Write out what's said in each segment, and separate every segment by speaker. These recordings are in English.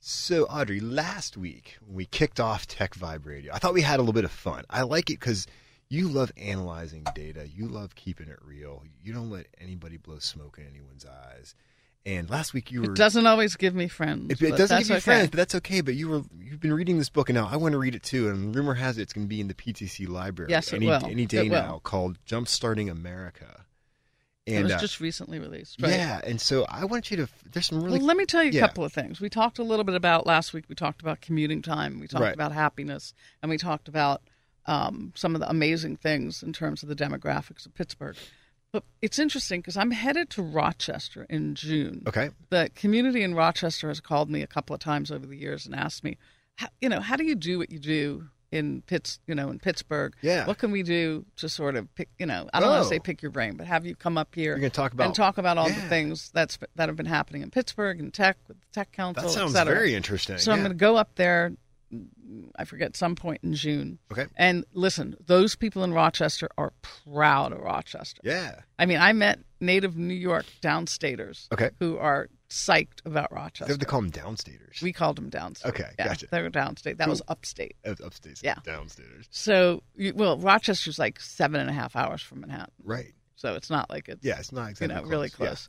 Speaker 1: So, Audrey, last week when we kicked off Tech Vibe Radio, I thought we had a little bit of fun. I like it because you love analyzing data, you love keeping it real, you don't let anybody blow smoke in anyone's eyes. And last week you were.
Speaker 2: It doesn't always give me friends.
Speaker 1: It, it
Speaker 2: but
Speaker 1: doesn't
Speaker 2: that's
Speaker 1: give you
Speaker 2: okay.
Speaker 1: friends, but that's okay. But you were you've been reading this book, and now I want to read it too. And rumor has it it's going to be in the PTC library.
Speaker 2: Yes, it
Speaker 1: any,
Speaker 2: will.
Speaker 1: any day
Speaker 2: It will.
Speaker 1: now, called "Jumpstarting America." And
Speaker 2: it was
Speaker 1: uh,
Speaker 2: just recently released. Right?
Speaker 1: yeah, and so I want you to. There's some really
Speaker 2: well, let me tell you a
Speaker 1: yeah.
Speaker 2: couple of things. We talked a little bit about last week. We talked about commuting time. We talked
Speaker 1: Right.
Speaker 2: about happiness, and we talked about um, some of the amazing things in terms of the demographics of Pittsburgh. But it's interesting because I'm headed to Rochester in June.
Speaker 1: okay.
Speaker 2: The community in Rochester has called me a couple of times over the years and asked me, how, you know, how do you do what you do in Pitts, you know, in Pittsburgh?
Speaker 1: Yeah.
Speaker 2: What can we do to sort of pick, you know, I don't want
Speaker 1: Oh.
Speaker 2: to say pick your brain, but have you come up here
Speaker 1: You're going to talk about
Speaker 2: and talk about all
Speaker 1: Yeah.
Speaker 2: the things that's that have been happening in Pittsburgh and tech with the tech council,
Speaker 1: That sounds
Speaker 2: et cetera.
Speaker 1: very interesting.
Speaker 2: So I'm
Speaker 1: yeah.
Speaker 2: going to go up there. I forget some point in June.
Speaker 1: Okay.
Speaker 2: And listen, those people in Rochester are proud of Rochester.
Speaker 1: Yeah.
Speaker 2: I mean, I met native New York downstaters
Speaker 1: Okay.
Speaker 2: who are psyched about
Speaker 1: They
Speaker 2: Rochester.
Speaker 1: have to call them downstaters.
Speaker 2: we called them downstate.
Speaker 1: Okay,
Speaker 2: yeah,
Speaker 1: gotcha.
Speaker 2: They were downstate. That was upstate.
Speaker 1: Up- upstate.
Speaker 2: Yeah.
Speaker 1: Downstaters.
Speaker 2: So, you, well, Rochester's like seven and a half hours from Manhattan.
Speaker 1: Right.
Speaker 2: So it's not like it's
Speaker 1: Yeah, it's not
Speaker 2: you
Speaker 1: exactly
Speaker 2: know, really
Speaker 1: Yeah.
Speaker 2: close.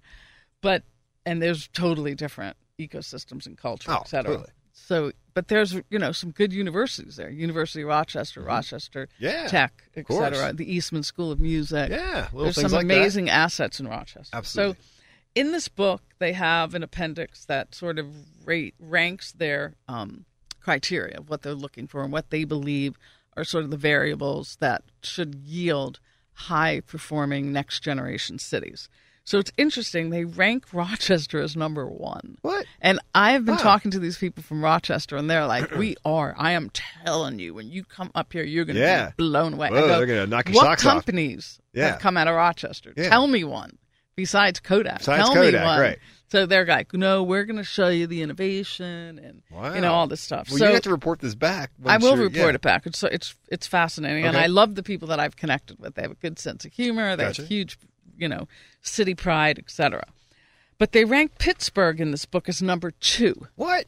Speaker 2: But and there's totally different ecosystems and culture,
Speaker 1: Oh,
Speaker 2: et cetera.
Speaker 1: totally.
Speaker 2: So, but there's you know some good universities there: University of Rochester, Rochester
Speaker 1: Mm-hmm. Yeah.
Speaker 2: Tech, et
Speaker 1: course.
Speaker 2: cetera, the Eastman School of Music.
Speaker 1: Yeah. Little
Speaker 2: there's
Speaker 1: things
Speaker 2: some
Speaker 1: like that.
Speaker 2: amazing assets in Rochester.
Speaker 1: Absolutely.
Speaker 2: So, in this book, they have an appendix that sort of rate, ranks their um, criteria of what they're looking for and what they believe are sort of the variables that should yield high performing next generation cities. So it's interesting. They rank Rochester as number one.
Speaker 1: What?
Speaker 2: And I've been
Speaker 1: Wow.
Speaker 2: talking to these people from Rochester, and they're like, "We are. I am telling you, when you come up here, you're going to
Speaker 1: Yeah.
Speaker 2: be blown away." I
Speaker 1: Whoa,
Speaker 2: go,
Speaker 1: they're gonna knock your
Speaker 2: what
Speaker 1: socks off."
Speaker 2: companies
Speaker 1: Yeah.
Speaker 2: have come out of Rochester?
Speaker 1: Yeah.
Speaker 2: Tell me one besides Kodak.
Speaker 1: Besides
Speaker 2: Tell
Speaker 1: Kodak,
Speaker 2: me one.
Speaker 1: right.
Speaker 2: So they're like, "No, we're going to show you the innovation and you know
Speaker 1: Wow.
Speaker 2: all this stuff."
Speaker 1: Well,
Speaker 2: so
Speaker 1: you have to report this back.
Speaker 2: I
Speaker 1: once
Speaker 2: will
Speaker 1: you're-
Speaker 2: report
Speaker 1: yeah.
Speaker 2: it back. It's it's it's fascinating, and
Speaker 1: Okay.
Speaker 2: I love the people that I've connected with. They have a good sense of humor. They
Speaker 1: Gotcha.
Speaker 2: have huge, you know, city pride, etc. But they rank Pittsburgh in this book as number two,
Speaker 1: What?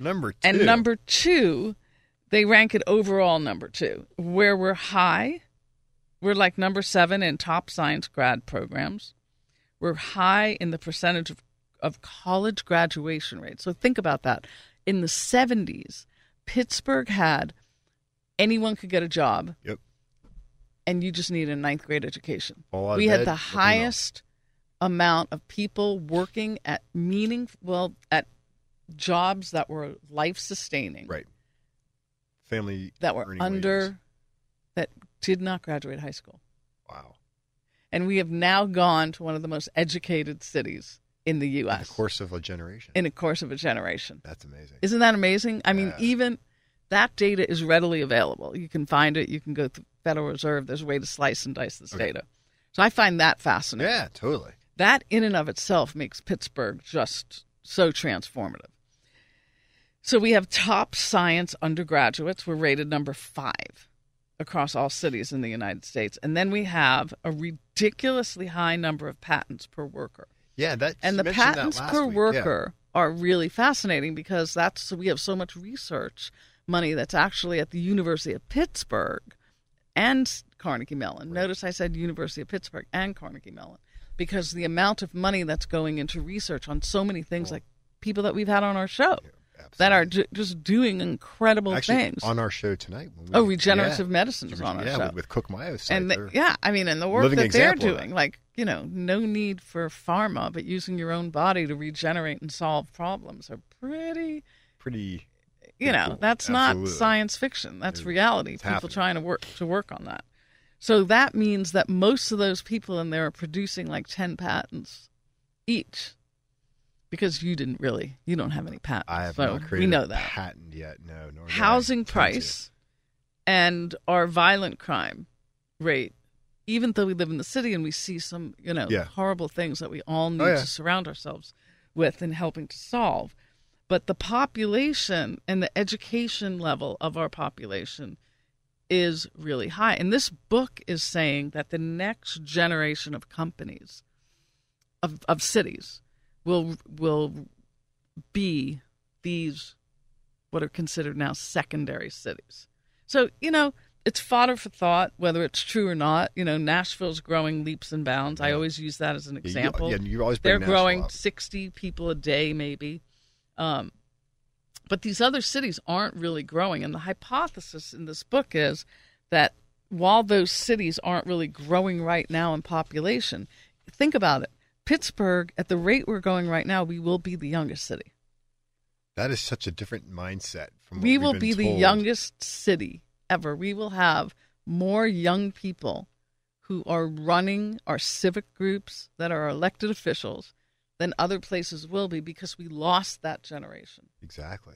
Speaker 1: Number two.
Speaker 2: and number two, they rank it overall number two, where we're high. We're like number seven in top science grad programs. We're high in the percentage of, of college graduation rate. So think about that. In the 70s, Pittsburgh had anyone could get a job
Speaker 1: Yep.
Speaker 2: and you just need a ninth grade education.
Speaker 1: Fall out of
Speaker 2: we had
Speaker 1: bed,
Speaker 2: the
Speaker 1: look in the mirror.
Speaker 2: highest amount of people working at meaning well at jobs that were life sustaining
Speaker 1: Right. Family
Speaker 2: that were
Speaker 1: earning
Speaker 2: under
Speaker 1: wages.
Speaker 2: that did not graduate high school
Speaker 1: Wow.
Speaker 2: and we have now gone to one of the most educated cities in the
Speaker 1: In
Speaker 2: US
Speaker 1: the course of a generation.
Speaker 2: in a course of a generation
Speaker 1: That's amazing.
Speaker 2: isn't that amazing i mean
Speaker 1: Yeah.
Speaker 2: even that data is readily available you can find it you can go to federal reserve there's a way to slice and dice this
Speaker 1: Okay.
Speaker 2: data so i find that fascinating
Speaker 1: Yeah, totally.
Speaker 2: that in and of itself makes Pittsburgh just so transformative. So we have top science undergraduates. We're rated number five across all cities in the United States. And then we have a ridiculously high number of patents per worker.
Speaker 1: Yeah, that
Speaker 2: And
Speaker 1: you
Speaker 2: the
Speaker 1: mentioned that
Speaker 2: patents
Speaker 1: last
Speaker 2: per
Speaker 1: week. Yeah.
Speaker 2: worker are really fascinating because that's so we have so much research money that's actually at the University of Pittsburgh and Carnegie Mellon. Notice I said University of Pittsburgh and Carnegie Mellon because the amount of money that's going into research on so many things like people that we've had on our show that are ju- just doing incredible
Speaker 1: Actually,
Speaker 2: things.
Speaker 1: on our show tonight. when we-
Speaker 2: oh, regenerative
Speaker 1: yeah.
Speaker 2: medicine is on our
Speaker 1: yeah,
Speaker 2: show.
Speaker 1: with, with Cook Myos.
Speaker 2: and the-
Speaker 1: they're-
Speaker 2: yeah, I mean, and the work
Speaker 1: living
Speaker 2: that they're
Speaker 1: example of that.
Speaker 2: doing, like you know, no need for pharma, but using your own body to regenerate and solve problems are pretty.
Speaker 1: pretty.
Speaker 2: You know,
Speaker 1: cool.
Speaker 2: that's not
Speaker 1: Absolutely.
Speaker 2: science fiction. That's reality. People
Speaker 1: happening.
Speaker 2: trying to work to work on that. So that means that most of those people in there are producing like ten patents each, because you didn't really, you don't have any patents.
Speaker 1: I have
Speaker 2: so
Speaker 1: not created
Speaker 2: we know
Speaker 1: a
Speaker 2: that
Speaker 1: patent yet. No, nor do I
Speaker 2: housing
Speaker 1: intend to.
Speaker 2: price and our violent crime rate even though we live in the city and we see some you know
Speaker 1: Yeah. Oh,
Speaker 2: horrible things that we all need
Speaker 1: yeah.
Speaker 2: to surround ourselves with and helping to solve but the population and the education level of our population is really high and this book is saying that the next generation of companies of, of cities will will be these what are considered now secondary cities. So, you know, it's fodder for thought, whether it's true or not. You know, Nashville's growing leaps and bounds. I
Speaker 1: Yeah.
Speaker 2: always use that as an
Speaker 1: Yeah, you-
Speaker 2: example.
Speaker 1: Yeah, you always bring
Speaker 2: They're
Speaker 1: Nashville
Speaker 2: growing
Speaker 1: up.
Speaker 2: 60 people a day, maybe. Um, but these other cities aren't really growing. And the hypothesis in this book is that while those cities aren't really growing right now in population, think about it. Pittsburgh, at the rate we're going right now, we will be the youngest city.
Speaker 1: That is such a different mindset from what
Speaker 2: we
Speaker 1: we've
Speaker 2: will
Speaker 1: been
Speaker 2: be the
Speaker 1: told.
Speaker 2: youngest city ever. We will have more young people who are running our civic groups that are elected officials than other places will be because we lost that generation.
Speaker 1: Exactly.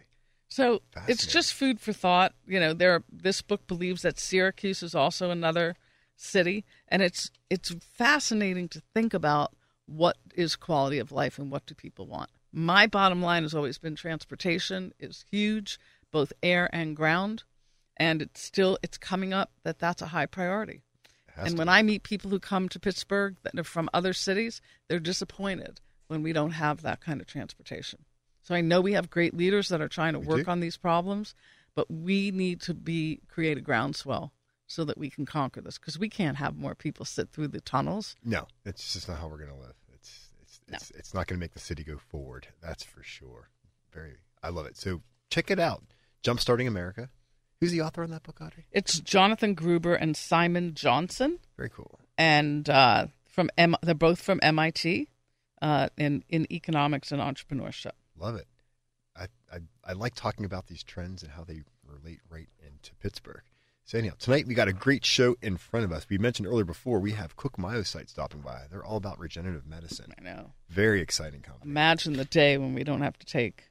Speaker 2: So it's
Speaker 1: Fascinating.
Speaker 2: just food for thought. You know, there this book believes that Syracuse is also another city and it's it's fascinating to think about what is quality of life and what do people want. My bottom line has always been transportation is huge, both air and ground, and it's still it's coming up that that's a high priority.
Speaker 1: It has
Speaker 2: and
Speaker 1: to
Speaker 2: when
Speaker 1: be.
Speaker 2: I meet people who come to Pittsburgh that are from other cities, they're disappointed when we don't have that kind of transportation. So I know we have great leaders that are trying to
Speaker 1: We
Speaker 2: work
Speaker 1: do.
Speaker 2: on these problems, but we need to be create a groundswell so that we can conquer this because we can't have more people sit through the tunnels.
Speaker 1: no, that's just not how we're going to live. It's it's
Speaker 2: No.
Speaker 1: it's, it's not going to make the city go forward. That's for sure. Very, I love it. So check it out. Jumpstarting America. Who's the author on that book, Audrey?
Speaker 2: It's Jonathan Gruber and Simon Johnson,
Speaker 1: Very cool.
Speaker 2: and uh, from M- they're both from MIT uh, in in economics and entrepreneurship.
Speaker 1: Love it. I, I I like talking about these trends and how they relate right into Pittsburgh. So anyhow, tonight we got a great show in front of us. We mentioned earlier before we have Cook Myocyte stopping by. They're all about regenerative medicine.
Speaker 2: I know.
Speaker 1: Very exciting company.
Speaker 2: Imagine the day when we don't have to take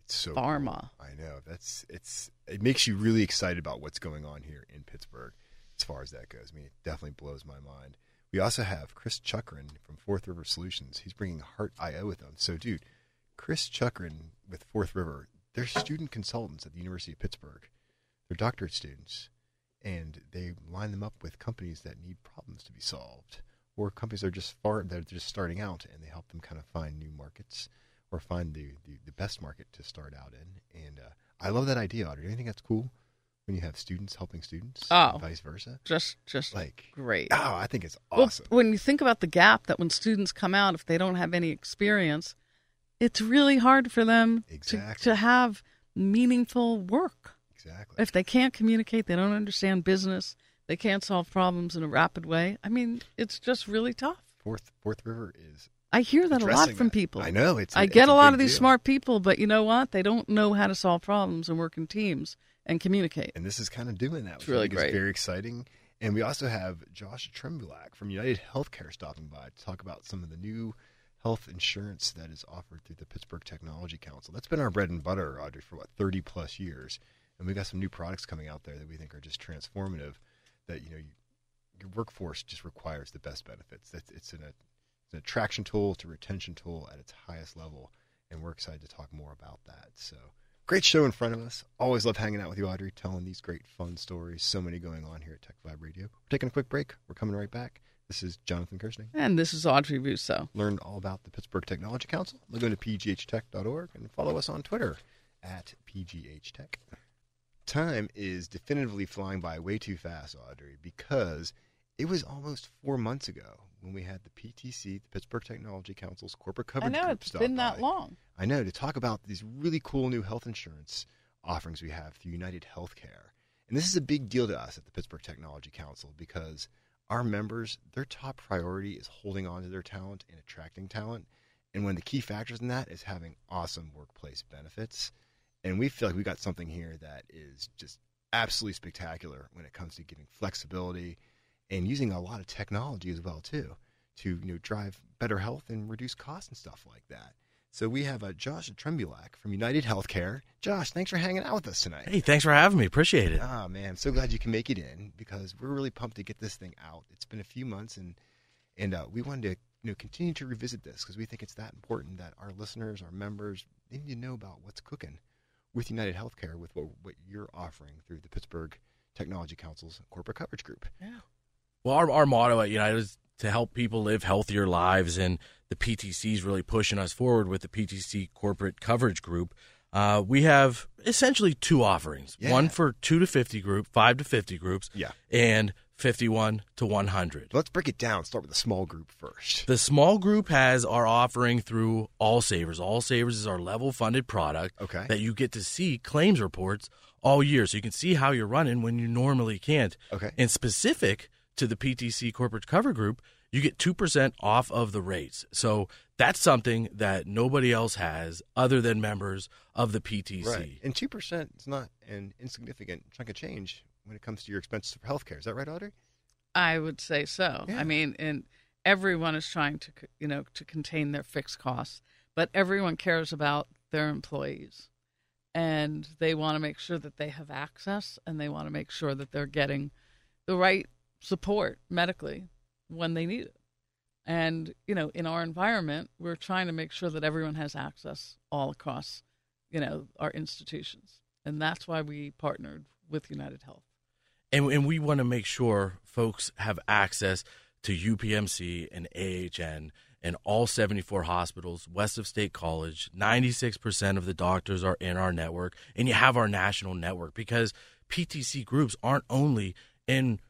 Speaker 1: It's so cool.
Speaker 2: pharma.
Speaker 1: I know that's it's it makes you really excited about what's going on here in Pittsburgh as far as that goes. I mean, it definitely blows my mind. We also have Chris Chukrin from Fourth River Solutions. He's bringing Heart IO with him. So, dude, Chris Chukrin with Fourth River, they're student consultants at the University of Pittsburgh. They're doctorate students, and they line them up with companies that need problems to be solved, or companies that are just far that are just starting out, and they help them kind of find new markets or find the, the, the best market to start out in. And uh, I love that idea, Audrey. Do you think that's cool when you have students helping students?
Speaker 2: Oh.
Speaker 1: and vice versa.
Speaker 2: Just just
Speaker 1: Like,
Speaker 2: great.
Speaker 1: oh, I think it's awesome.
Speaker 2: Well, when you think about the gap that when students come out, if they don't have any experience, it's really hard for them to-
Speaker 1: Exactly.
Speaker 2: to, have meaningful work.
Speaker 1: exactly.
Speaker 2: If they can't communicate, they don't understand business, they can't solve problems in a rapid way. I mean, it's just really tough.
Speaker 1: Fourth Fourth River is
Speaker 2: I hear that a lot
Speaker 1: addressing
Speaker 2: from
Speaker 1: that.
Speaker 2: people.
Speaker 1: I know it's.
Speaker 2: I
Speaker 1: it's
Speaker 2: get a lot
Speaker 1: big
Speaker 2: of these
Speaker 1: deal.
Speaker 2: smart people, but you know what? They don't know how to solve problems and work in teams and communicate.
Speaker 1: and this is kind of doing that.
Speaker 2: It's
Speaker 1: which I
Speaker 2: really
Speaker 1: think is
Speaker 2: great.
Speaker 1: very exciting. And we also have Josh Trembulak from United Healthcare stopping by to talk about some of the new health insurance that is offered through the Pittsburgh Technology Council. That's been our bread and butter, Audrey, for what thirty plus years. And we got some new products coming out there that we think are just transformative. That you know, you, your workforce just requires the best benefits. That's it's an, it's an attraction tool to retention tool at its highest level, and we're excited to talk more about that. So great show in front of us. Always love hanging out with you, Audrey, telling these great fun stories. So many going on here at Tech Vibe Radio. We're taking a quick break. We're coming right back. This is Jonathan Kirsting.
Speaker 2: And this is Audrey Russo.
Speaker 1: Learn all about the Pittsburgh Technology Council by going to pghtech.org and follow us on Twitter at pghtech. Time is definitively flying by way too fast, Audrey, because it was almost four months ago when we had the PTC, the Pittsburgh Technology Council's corporate
Speaker 2: I
Speaker 1: coverage.
Speaker 2: know
Speaker 1: group
Speaker 2: it's
Speaker 1: stop
Speaker 2: been that
Speaker 1: by.
Speaker 2: long.
Speaker 1: I know to talk about these really cool new health insurance offerings we have through United Healthcare. And this is a big deal to us at the Pittsburgh Technology Council because our members, their top priority is holding on to their talent and attracting talent. And one of the key factors in that is having awesome workplace benefits. And we feel like we got something here that is just absolutely spectacular when it comes to giving flexibility and using a lot of technology as well too to you know drive better health and reduce costs and stuff like that. So we have uh, Josh Trembulak from United Healthcare. Josh, thanks for hanging out with us tonight.
Speaker 3: Hey, thanks for having me. Appreciate it.
Speaker 1: Ah, man, I'm so glad you can make it in because we're really pumped to get this thing out. It's been a few months, and and uh, we wanted to you know continue to revisit this because we think it's that important that our listeners, our members, they need to know about what's cooking with United Healthcare with what what you're offering through the Pittsburgh Technology Council's corporate coverage group.
Speaker 2: Yeah.
Speaker 3: Well, our, our motto at United is to help people live healthier lives, and the PTC is really pushing us forward with the PTC Corporate Coverage Group. Uh, we have essentially two offerings:
Speaker 1: Yeah.
Speaker 3: one for two to fifty group, five to fifty groups,
Speaker 1: Yeah.
Speaker 3: and fifty-one to one hundred.
Speaker 1: Let's break it down. Start with a small group first.
Speaker 3: The small group has our offering through All Savers. All Savers is our level funded product
Speaker 1: Okay.
Speaker 3: that you get to see claims reports all year. So you can see how you're running when you normally can't.
Speaker 1: Okay.
Speaker 3: And specific to the PTC corporate cover group, you get 2% off of the rates. So that's something that nobody else has other than members of the PTC.
Speaker 1: Right. And 2% is not an insignificant chunk of change when it comes to your expenses for healthcare. Is that right, Audrey?
Speaker 2: I would say so.
Speaker 1: Yeah.
Speaker 2: I mean, and everyone is trying to, c- you know, to contain their fixed costs, but everyone cares about their employees and they want to make sure that they have access and they want to make sure that they're getting the right support medically when they need it. And, you know, in our environment, we're trying to make sure that everyone has access all across, you know, our institutions. And that's why we partnered with United Health.
Speaker 3: And, and we want to make sure folks have access to UPMC and AHN and all 74 hospitals west of State College. 96% of the doctors are in our network, and you have our national network because PTC groups aren't only in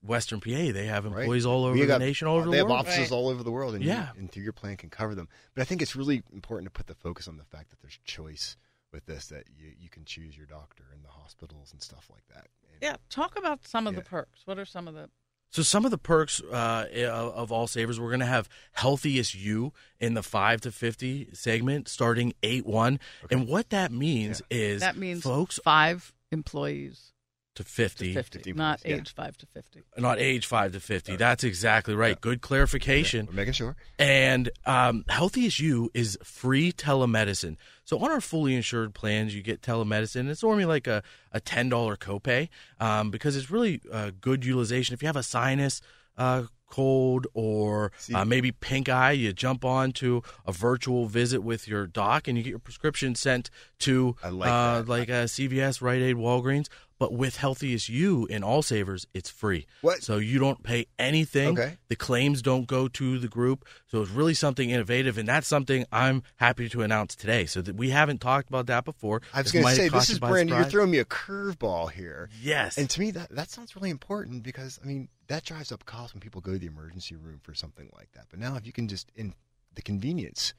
Speaker 3: Western PA, they have
Speaker 1: Right.
Speaker 3: employees all over
Speaker 1: We
Speaker 3: the
Speaker 1: got-
Speaker 3: nation, all over
Speaker 1: they
Speaker 3: the
Speaker 1: have
Speaker 3: world.
Speaker 1: offices
Speaker 2: Right.
Speaker 1: all over the world, and, you-
Speaker 3: Yeah.
Speaker 1: and through your plan can cover them. But I think it's really important to put the focus on the fact that there's choice with this, that you, you can choose your doctor and the hospitals and stuff like that. And-
Speaker 2: Yeah, talk about some of the
Speaker 1: Yeah.
Speaker 2: perks. What are some of the
Speaker 3: So some of the perks uh, of All Savers, we're going to have healthiest you in the five to fifty segment starting eight one, and what that means is
Speaker 2: that means
Speaker 3: folks
Speaker 2: five employees
Speaker 3: to
Speaker 2: to
Speaker 3: 50,
Speaker 2: 50,
Speaker 1: 50
Speaker 2: not
Speaker 1: employees, yeah.
Speaker 2: age five to 50.
Speaker 3: not age 5 to 50 that's exactly right good clarification
Speaker 1: We're making sure.
Speaker 3: and um, healthy as you is free telemedicine so on our fully insured plans you get telemedicine it's normally like a, a $10 copay um, because it's really uh, good utilization if you have a sinus uh, cold or
Speaker 1: See-
Speaker 3: uh, maybe pink eye you jump on to a virtual visit with your doc and you get your prescription sent to
Speaker 1: I like
Speaker 3: uh,
Speaker 1: that.
Speaker 3: like uh, cvs rite aid walgreens but with healthiest you in all savers it's free
Speaker 1: What?
Speaker 3: so you don't pay anything.
Speaker 1: Okay.
Speaker 3: The claims don't go to the group. So it's really something innovative, and that's something I'm happy to announce today. So that we haven't talked about that before.
Speaker 1: I was
Speaker 3: It
Speaker 1: going to
Speaker 3: might have
Speaker 1: say,
Speaker 3: caught
Speaker 1: this
Speaker 3: you
Speaker 1: is
Speaker 3: by
Speaker 1: brand new. You're
Speaker 3: surprise.
Speaker 1: throwing me a curveball here.
Speaker 3: Yes.
Speaker 1: And to me, that, that sounds really important because, I mean, that drives up costs when people go to the emergency room for something like that. But now, if you can just, in the convenience,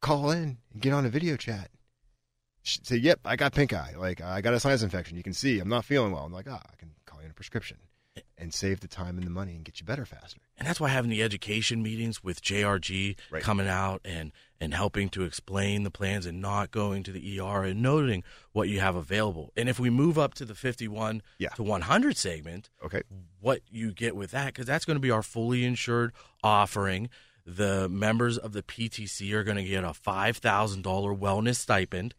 Speaker 1: call in and get on a video chat, Sh- say, yep, I got pink eye. Like, I got a sinus infection. You can see I'm not feeling well. I'm like, ah, I can call you in a prescription and save the time and the money and get you better faster.
Speaker 3: and that's why having the education meetings with JRG
Speaker 1: Right.
Speaker 3: coming out and and helping to explain the plans and not going to the ER and noting what you have available. And if we move up to the 51
Speaker 1: Yeah.
Speaker 3: to 100 segment,
Speaker 1: Okay.
Speaker 3: what you get with that because that's going to be our fully insured offering. The members of the PTC are going to get a five thousand dollar wellness stipend.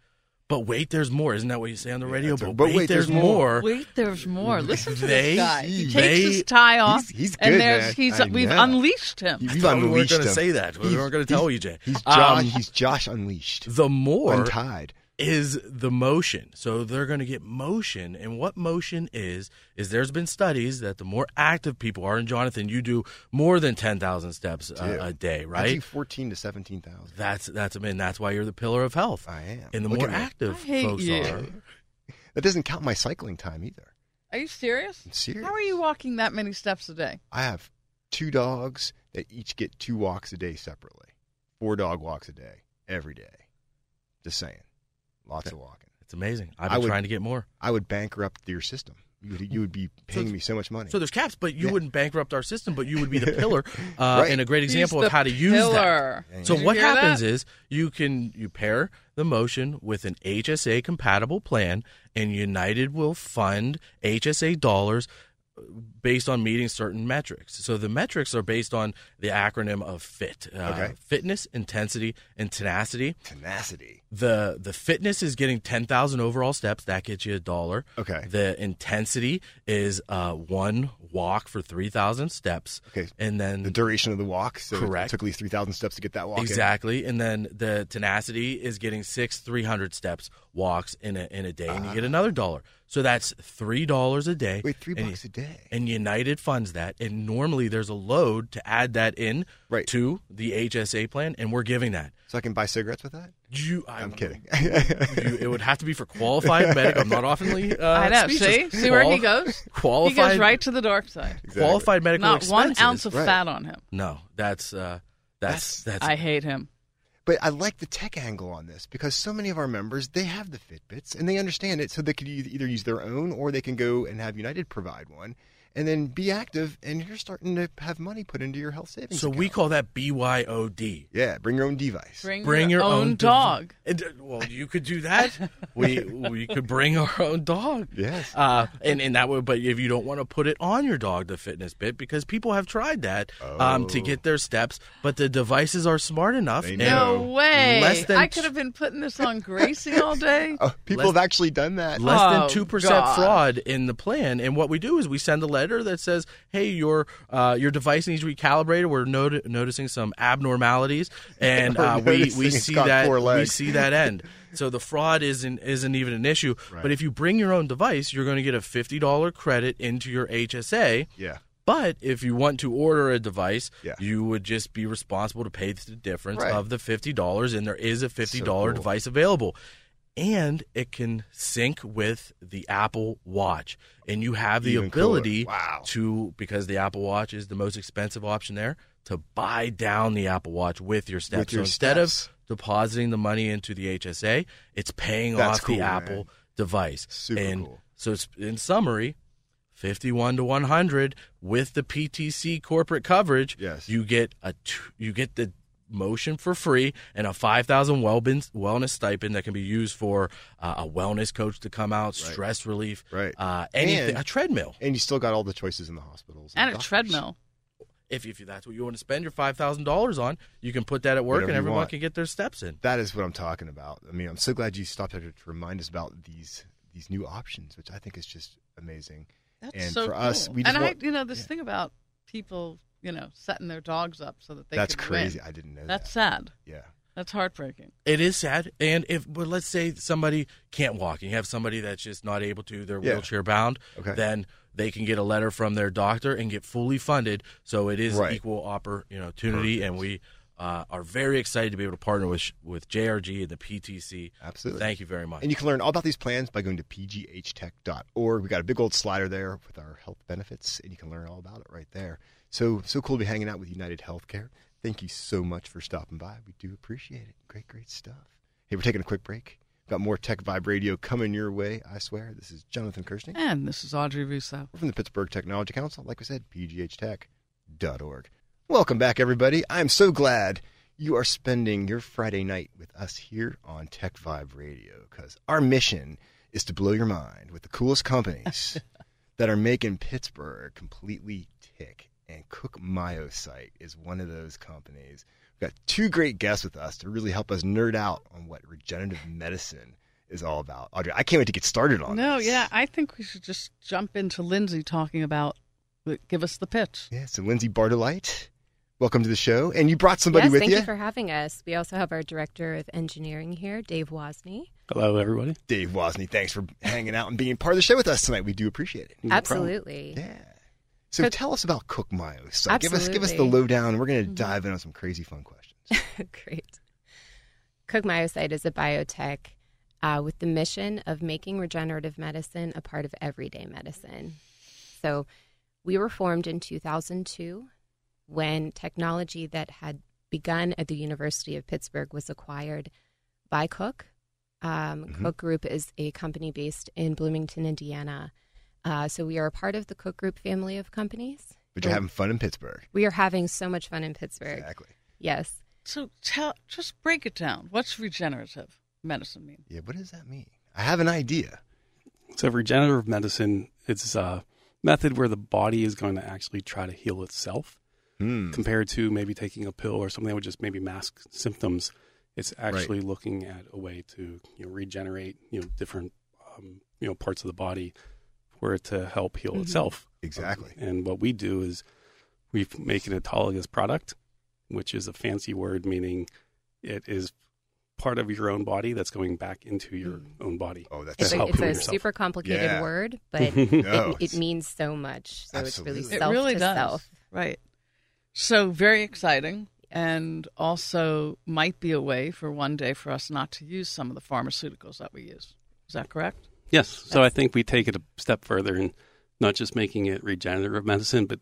Speaker 3: But wait, there's more. Isn't that what you say on the
Speaker 1: Yeah,
Speaker 3: radio?
Speaker 1: that's
Speaker 3: But,
Speaker 1: right.
Speaker 3: wait, there's, more.
Speaker 2: Wait, there's more. Listen to
Speaker 3: They-
Speaker 2: this guy. He takes
Speaker 3: they-
Speaker 2: his tie off,
Speaker 1: He's- he's
Speaker 2: and
Speaker 1: good,
Speaker 2: there's
Speaker 1: man.
Speaker 2: he's
Speaker 1: I
Speaker 2: we've
Speaker 1: know.
Speaker 2: unleashed him.
Speaker 1: You-
Speaker 3: I
Speaker 1: We've
Speaker 3: thought we weren't
Speaker 1: unleashed
Speaker 3: going to
Speaker 1: him.
Speaker 3: say that. We
Speaker 1: He's-
Speaker 3: weren't going to tell you, Jay.
Speaker 1: He's Josh,
Speaker 3: Um,
Speaker 1: he's Josh Unleashed.
Speaker 3: the more
Speaker 1: Untied.
Speaker 3: is the motion. So they're going to get motion. And what motion is, is there's been studies that the more active people are, and Jonathan, you do more than 10,000 steps
Speaker 1: Dude,
Speaker 3: uh, a, a day,
Speaker 1: I
Speaker 3: right?
Speaker 1: do 14 to 17,000.
Speaker 3: That's, that's, I mean, that's why you're the pillar of health.
Speaker 1: I am.
Speaker 3: And the
Speaker 1: Look
Speaker 3: more
Speaker 1: at me.
Speaker 3: active
Speaker 2: I hate
Speaker 3: folks
Speaker 2: you.
Speaker 3: are,
Speaker 1: That doesn't count my cycling time either.
Speaker 2: Are you serious?
Speaker 1: I'm serious.
Speaker 2: How are you walking that many steps a day?
Speaker 1: I have two dogs that each get two walks a day separately. Four dog walks a day every day. Just saying, lots of walking.
Speaker 3: it's amazing. I've
Speaker 1: I
Speaker 3: been
Speaker 1: would-
Speaker 3: trying to get more.
Speaker 1: I would bankrupt your system. You would, you would be paying me so much money.
Speaker 3: So there's caps, but you
Speaker 1: Yeah.
Speaker 3: wouldn't bankrupt our system, but you would be the pillar uh,
Speaker 1: Right.
Speaker 3: and a great example
Speaker 2: He's
Speaker 3: of how to
Speaker 2: the
Speaker 3: use that.
Speaker 2: pillar.
Speaker 1: Yeah, yeah.
Speaker 3: So
Speaker 2: Did you
Speaker 3: what
Speaker 2: hear that?
Speaker 3: happens is you can you pair the motion with an HSA compatible plan, and United will fund HSA dollars uh, based on meeting certain metrics. So the metrics are based on the acronym of FIT: uh,
Speaker 1: Okay.
Speaker 3: fitness, intensity, and tenacity.
Speaker 1: Tenacity.
Speaker 3: The the fitness is getting ten thousand overall steps. That gets you a dollar.
Speaker 1: Okay.
Speaker 3: The intensity is uh, one walk for three thousand steps.
Speaker 1: Okay.
Speaker 3: And then
Speaker 1: The duration of the walk. So
Speaker 3: Correct.
Speaker 1: It took at least 3,000 steps to get that walk. in.
Speaker 3: Exactly, and then the tenacity is getting six three hundred steps walks in a in a day, and you get another dollar. So that's three dollars a day.
Speaker 1: Ah. Wait, three
Speaker 3: and-
Speaker 1: bucks a day.
Speaker 3: and United funds that. And normally there's a load to add that in
Speaker 1: Right.
Speaker 3: to the HSA plan, and we're giving that.
Speaker 1: So I can buy cigarettes with that?
Speaker 3: You,
Speaker 1: I'm, kidding.
Speaker 3: You, it would have to be for qualified medic. I'm not often. Uh,
Speaker 2: I know. See,
Speaker 3: speechless.
Speaker 2: see where he
Speaker 3: Qual-
Speaker 2: goes. He
Speaker 3: Qualified,
Speaker 2: goes right to the dark side.
Speaker 1: Exactly.
Speaker 3: qualified medical
Speaker 2: Not one
Speaker 3: expenses.
Speaker 2: ounce of
Speaker 1: Right.
Speaker 2: fat on him.
Speaker 3: No, that's uh, that's that's.
Speaker 2: I hate him.
Speaker 1: But I like the tech angle on this because so many of our members they have the Fitbits and they understand it, so they could e- either use their own or they can go and have United provide one, and then be active. And you're starting to have money put into your health savings.
Speaker 3: so we
Speaker 1: account.
Speaker 3: call that BYOD.
Speaker 1: yeah, bring your own device.
Speaker 2: Bring,
Speaker 3: Bring your,
Speaker 2: own,
Speaker 3: dev-
Speaker 2: dog.
Speaker 3: And, uh, well, you could do that. we we could bring our own dog.
Speaker 1: yes,
Speaker 3: Uh, and, and that would, but if you don't want to put it on your dog, the fitness bit, because people have tried that um, to
Speaker 1: Oh.
Speaker 3: get their steps, but the devices are smart enough.
Speaker 1: They
Speaker 3: and-
Speaker 1: know.
Speaker 2: No way.
Speaker 3: Less than
Speaker 2: I could have been putting this on Gracie all day.
Speaker 1: oh, people
Speaker 3: Less-
Speaker 1: have actually done that.
Speaker 3: Less
Speaker 2: Oh,
Speaker 3: than two percent
Speaker 2: God.
Speaker 3: fraud in the plan, and what we do is we send a letter that says, "Hey, your uh, your device needs recalibrated. We're noti- noticing some abnormalities, and
Speaker 1: We're
Speaker 3: uh, we
Speaker 1: noticing
Speaker 3: we
Speaker 1: it's
Speaker 3: see
Speaker 1: got
Speaker 3: that
Speaker 1: four
Speaker 3: we
Speaker 1: legs."
Speaker 3: see that end." So the fraud isn't isn't even an issue.
Speaker 1: Right.
Speaker 3: But if you bring your own device, you're going to get a fifty dollar credit into your HSA.
Speaker 1: Oh, yeah,
Speaker 3: But if you want to order a device,
Speaker 1: Yeah.
Speaker 3: you would just be responsible to pay the difference
Speaker 1: Right.
Speaker 3: of the $50, and there is a $50
Speaker 1: cool.
Speaker 3: device available. And it can sync with the Apple Watch. And you have the
Speaker 1: Even cooler.
Speaker 3: ability
Speaker 1: Wow.
Speaker 3: to, because the Apple Watch is the most expensive option there, to buy down the Apple Watch with your steps.
Speaker 1: With your
Speaker 3: so instead
Speaker 1: steps.
Speaker 3: of depositing the money into the HSA, it's paying
Speaker 1: That's
Speaker 3: off
Speaker 1: cool,
Speaker 3: the
Speaker 1: man.
Speaker 3: Apple device.
Speaker 1: Super
Speaker 3: and
Speaker 1: cool.
Speaker 3: so, it's, in summary, 51 to 100 with the PTC corporate coverage,
Speaker 1: Yes.
Speaker 3: you get a t- you get the motion for free and a 5000 wellben- wellness stipend that can be used for uh, a wellness coach to come out, stress relief,
Speaker 1: Right.
Speaker 3: uh, anything,
Speaker 1: And-
Speaker 3: a treadmill.
Speaker 1: and you still got all the choices in the hospitals
Speaker 2: And a
Speaker 1: doctors.
Speaker 2: treadmill.
Speaker 3: If, if that's what you want to spend your $5000 on, you can put that at work
Speaker 1: Whatever
Speaker 3: and
Speaker 1: you
Speaker 3: everyone
Speaker 1: want.
Speaker 3: can get their steps in.
Speaker 1: That is what I'm talking about. I mean, I'm so glad you stopped here to remind us about these these new options, which I think is just amazing.
Speaker 2: That's
Speaker 1: and
Speaker 2: so
Speaker 1: for us,
Speaker 2: cool.
Speaker 1: we just
Speaker 2: and
Speaker 1: want-
Speaker 2: I, you know, this
Speaker 1: yeah.
Speaker 2: thing about people, you know, setting their dogs up so that they
Speaker 1: That's
Speaker 2: could
Speaker 1: crazy.
Speaker 2: Win.
Speaker 1: I didn't know
Speaker 2: That's
Speaker 1: that.
Speaker 2: sad.
Speaker 1: Yeah.
Speaker 2: That's heartbreaking.
Speaker 3: It is sad, and if but let's say somebody can't walk, and you have somebody that's just not able to, they're
Speaker 1: Yeah.
Speaker 3: wheelchair bound,
Speaker 1: Okay.
Speaker 3: then they can get a letter from their doctor and get fully funded. So it is
Speaker 1: Right.
Speaker 3: equal oppor- you know, opportunity, and we uh, are very excited to be able to partner with with JRG and the PTC.
Speaker 1: Absolutely.
Speaker 3: Thank you very much.
Speaker 1: And you can learn all about these plans by going to pghtech.org. We got a big old slider there with our health benefits, and you can learn all about it right there. So, so cool to be hanging out with United Healthcare. Thank you so much for stopping by. We do appreciate it. Great, great stuff. Hey, we're taking a quick break. We've got more Tech Vibe Radio coming your way. I swear. This is Jonathan Kirsting.
Speaker 2: And this is Audrey Russo.
Speaker 1: We're from the Pittsburgh Technology Council. Like we said, pghtech.org. Welcome back, everybody. I'm so glad you are spending your Friday night with us here on Tech Vibe Radio because our mission is to blow your mind with the coolest companies that are making Pittsburgh completely tick. And Cook Myosite is one of those companies. We've got two great guests with us to really help us nerd out on what regenerative medicine is all about. Audrey, I can't wait to get started on
Speaker 2: No,
Speaker 1: this.
Speaker 2: yeah, I think we should just jump into Lindsay talking about. Give us the pitch.
Speaker 1: Yeah, so Lindsay Bartolite, welcome to the show. And you brought somebody
Speaker 4: yes,
Speaker 1: with
Speaker 4: thank
Speaker 1: you,
Speaker 4: you for having us. We also have our director of engineering here, Dave Wozni.
Speaker 5: Hello, everybody.
Speaker 1: Dave Wozni. Thanks for hanging out and being part of the show with us tonight. We do appreciate it.
Speaker 5: No problem.
Speaker 4: Absolutely.
Speaker 1: Yeah. So
Speaker 4: So-
Speaker 1: tell us about Cook Mayo. So give us give us the
Speaker 4: Absolutely. Mm-hmm.
Speaker 1: lowdown. We're going to dive in on some crazy fun questions.
Speaker 4: Great. Cook Myocyte is a biotech uh, with the mission of making regenerative medicine a part of everyday medicine. So we were formed in 2002 when technology that had begun at the University of Pittsburgh was acquired by Cook. Um,
Speaker 1: Mhm.
Speaker 4: Cook Group is a company based in Bloomington, Indiana. Uh, so we are a part of the Cook Group family of companies.
Speaker 1: But you're
Speaker 4: And
Speaker 1: having fun in Pittsburgh.
Speaker 4: we are having so much fun in Pittsburgh.
Speaker 1: Exactly.
Speaker 4: Yes.
Speaker 2: So tell, just break it down. What's regenerative medicine mean?
Speaker 1: Yeah, what does that mean? I have an idea.
Speaker 5: So, regenerative medicine it's a method where the body is going to actually try to heal itself,
Speaker 1: Hmm.
Speaker 5: compared to maybe taking a pill or something that would just maybe mask symptoms. It's actually looking at a way to you know, regenerate you know different um, you know parts of the body for it to help heal
Speaker 4: Mhm.
Speaker 5: itself. Um,
Speaker 1: Exactly.
Speaker 5: And what we do is we make an autologous product, which is a fancy word meaning it is part of your own body that's going back into your own body.
Speaker 1: Oh, that's
Speaker 5: It's
Speaker 4: Hmm. It's
Speaker 1: so
Speaker 4: a,
Speaker 5: how
Speaker 4: it's a
Speaker 5: cool
Speaker 1: cool.
Speaker 5: yourself.
Speaker 4: super complicated
Speaker 1: Yeah.
Speaker 4: word, but
Speaker 1: No.
Speaker 4: it, it means so much. So it's
Speaker 1: Absolutely.
Speaker 4: really
Speaker 2: It
Speaker 4: self
Speaker 2: really
Speaker 4: to
Speaker 2: does.
Speaker 4: self.
Speaker 2: Right. So very exciting and also might be a way for one day for us not to use some of the pharmaceuticals that we use. Is that correct?
Speaker 5: Yes. So I think we take it a step further and not just making it regenerative medicine, but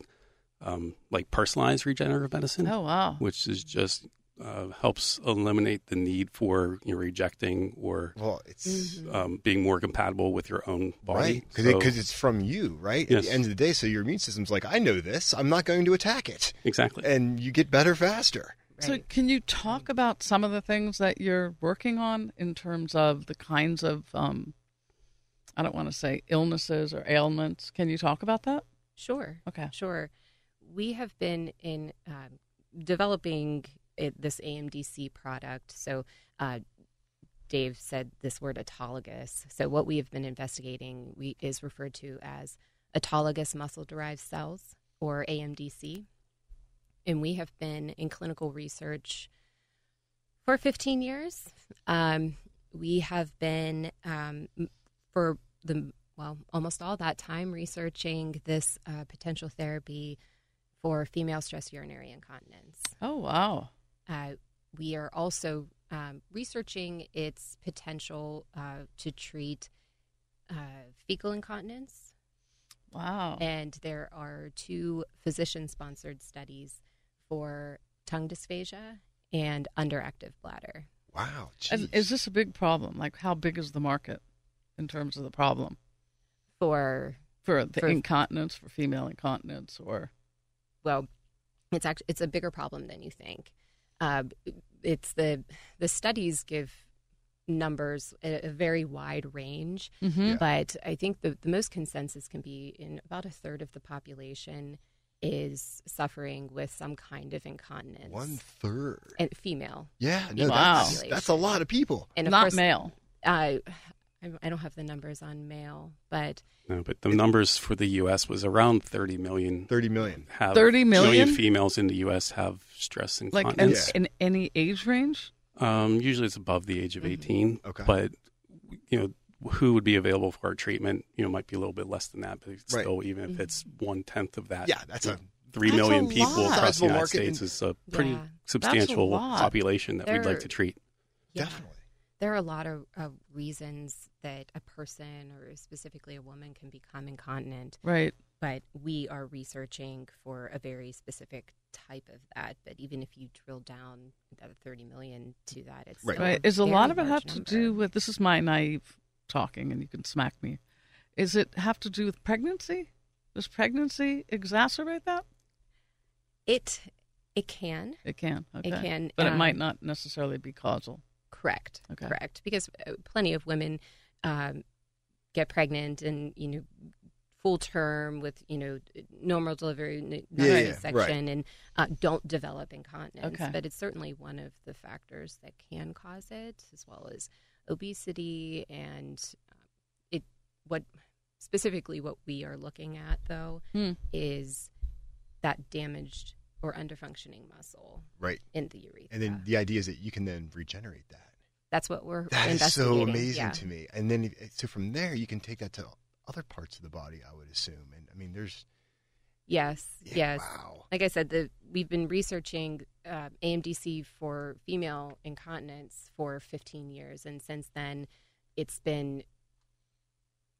Speaker 5: um, like personalized regenerative medicine,
Speaker 2: Oh wow.
Speaker 5: which is just uh, helps eliminate the need for you know, rejecting or
Speaker 1: Well, it's
Speaker 4: Mm-hmm.
Speaker 2: Mm-hmm.
Speaker 5: um, being more compatible with your own body.
Speaker 1: right because
Speaker 5: So-
Speaker 1: it's from you, right? At
Speaker 5: Yes.
Speaker 1: the end of the day, so your immune system's like, I know this. I'm not going to attack it,
Speaker 5: exactly.
Speaker 1: and you get better faster.
Speaker 2: So can you talk about some of the things that you're working on in terms of the kinds of um I don't want to say illnesses or ailments. Can you talk about that?
Speaker 4: Sure.
Speaker 2: Okay.
Speaker 4: Sure. We have been in um, developing it, this AMDC product. So uh, Dave said this word autologous. So what we have been investigating we, is referred to as autologous muscle-derived cells, or AMDC, and we have been in clinical research for 15 years. Um, we have been um, m- for the well almost all that time researching this uh, potential therapy for female stress urinary incontinence.
Speaker 2: Oh wow.
Speaker 4: Uh, we are also um, researching its potential uh, to treat uh, fecal incontinence
Speaker 2: Wow.
Speaker 4: and there are two physician sponsored studies for tongue dysphagia and underactive bladder.
Speaker 1: Wow.
Speaker 2: And
Speaker 1: jeez.
Speaker 2: is this a big problem? Like how big is the market in terms of the problem?
Speaker 4: For,
Speaker 2: for the
Speaker 4: For-
Speaker 2: incontinence for female incontinence or
Speaker 4: well, it's actually it's a bigger problem than you think. Uh, it's the the studies give numbers a, a very wide range,
Speaker 1: Yeah.
Speaker 4: but I think the, the most consensus can be in about a third of the population is suffering with some kind of incontinence.
Speaker 1: one third?
Speaker 4: and female,
Speaker 1: Yeah. No,
Speaker 2: Wow.
Speaker 1: that's that's a lot of people.
Speaker 4: and of
Speaker 2: not
Speaker 4: course,
Speaker 2: male
Speaker 4: I I'm- I don't have the numbers on male, but
Speaker 5: no, but the numbers for the U.S. was around 30 million.
Speaker 1: Thirty million.
Speaker 5: Have
Speaker 2: 30 million?
Speaker 5: females in the U.S. have stress
Speaker 2: like
Speaker 5: incontinence.
Speaker 2: in,
Speaker 1: Yeah.
Speaker 2: in any age range
Speaker 5: Um, usually it's above the age of 18.
Speaker 1: Mm-hmm. Okay.
Speaker 5: But, you know, who would be available for our treatment, you know, might be a little bit less than that, but it's
Speaker 1: Right.
Speaker 5: still, even if it's one tenth of that.
Speaker 1: Yeah, that's a
Speaker 5: three
Speaker 1: that's a
Speaker 5: million people
Speaker 1: lot.
Speaker 5: across
Speaker 1: Sizable
Speaker 5: the United
Speaker 1: market
Speaker 5: States
Speaker 1: in-
Speaker 5: is a pretty
Speaker 4: Yeah. That's
Speaker 5: substantial
Speaker 2: lot.
Speaker 5: population that we'd
Speaker 4: There-
Speaker 5: like to treat.
Speaker 4: yeah,
Speaker 1: definitely.
Speaker 4: there are a lot of, of reasons that a person or specifically a woman can become incontinent,
Speaker 2: right
Speaker 4: but we are researching for a very specific type of that. But even if you drill down that 30 million to that, it's
Speaker 1: Right.
Speaker 4: still
Speaker 2: right is a
Speaker 4: very
Speaker 2: lot of it
Speaker 4: large
Speaker 2: have to
Speaker 4: number.
Speaker 2: do with this is my naive talking and you can smack me is it have to do with pregnancy does pregnancy exacerbate that
Speaker 4: it? It can
Speaker 2: it can okay.
Speaker 4: can,
Speaker 2: but it
Speaker 4: um,
Speaker 2: might not necessarily be causal
Speaker 4: Correct.
Speaker 2: Okay.
Speaker 4: Correct. Because uh, plenty of women um, get pregnant and you know full term with you know normal delivery, n- not
Speaker 1: Yeah, yeah, right.
Speaker 4: section, and uh, don't develop incontinence.
Speaker 2: Okay.
Speaker 4: But it's certainly one of the factors that can cause it, as well as obesity and um, it. What specifically what we are looking at though
Speaker 2: Hmm.
Speaker 4: is that damaged or underfunctioning muscle
Speaker 1: Right.
Speaker 4: in the urethra.
Speaker 1: And then the idea is that you can then regenerate that.
Speaker 4: that's what we're
Speaker 1: That is so
Speaker 4: investigating.
Speaker 1: amazing
Speaker 4: Yeah.
Speaker 1: to me. And then if- so from there you can take that to other parts of the body, I would assume. And I mean, there's
Speaker 4: Yes,
Speaker 1: yeah,
Speaker 4: yes.
Speaker 1: wow.
Speaker 4: Like I said, the, we've been researching uh, AMDC for female incontinence for 15 years, and since then, it's been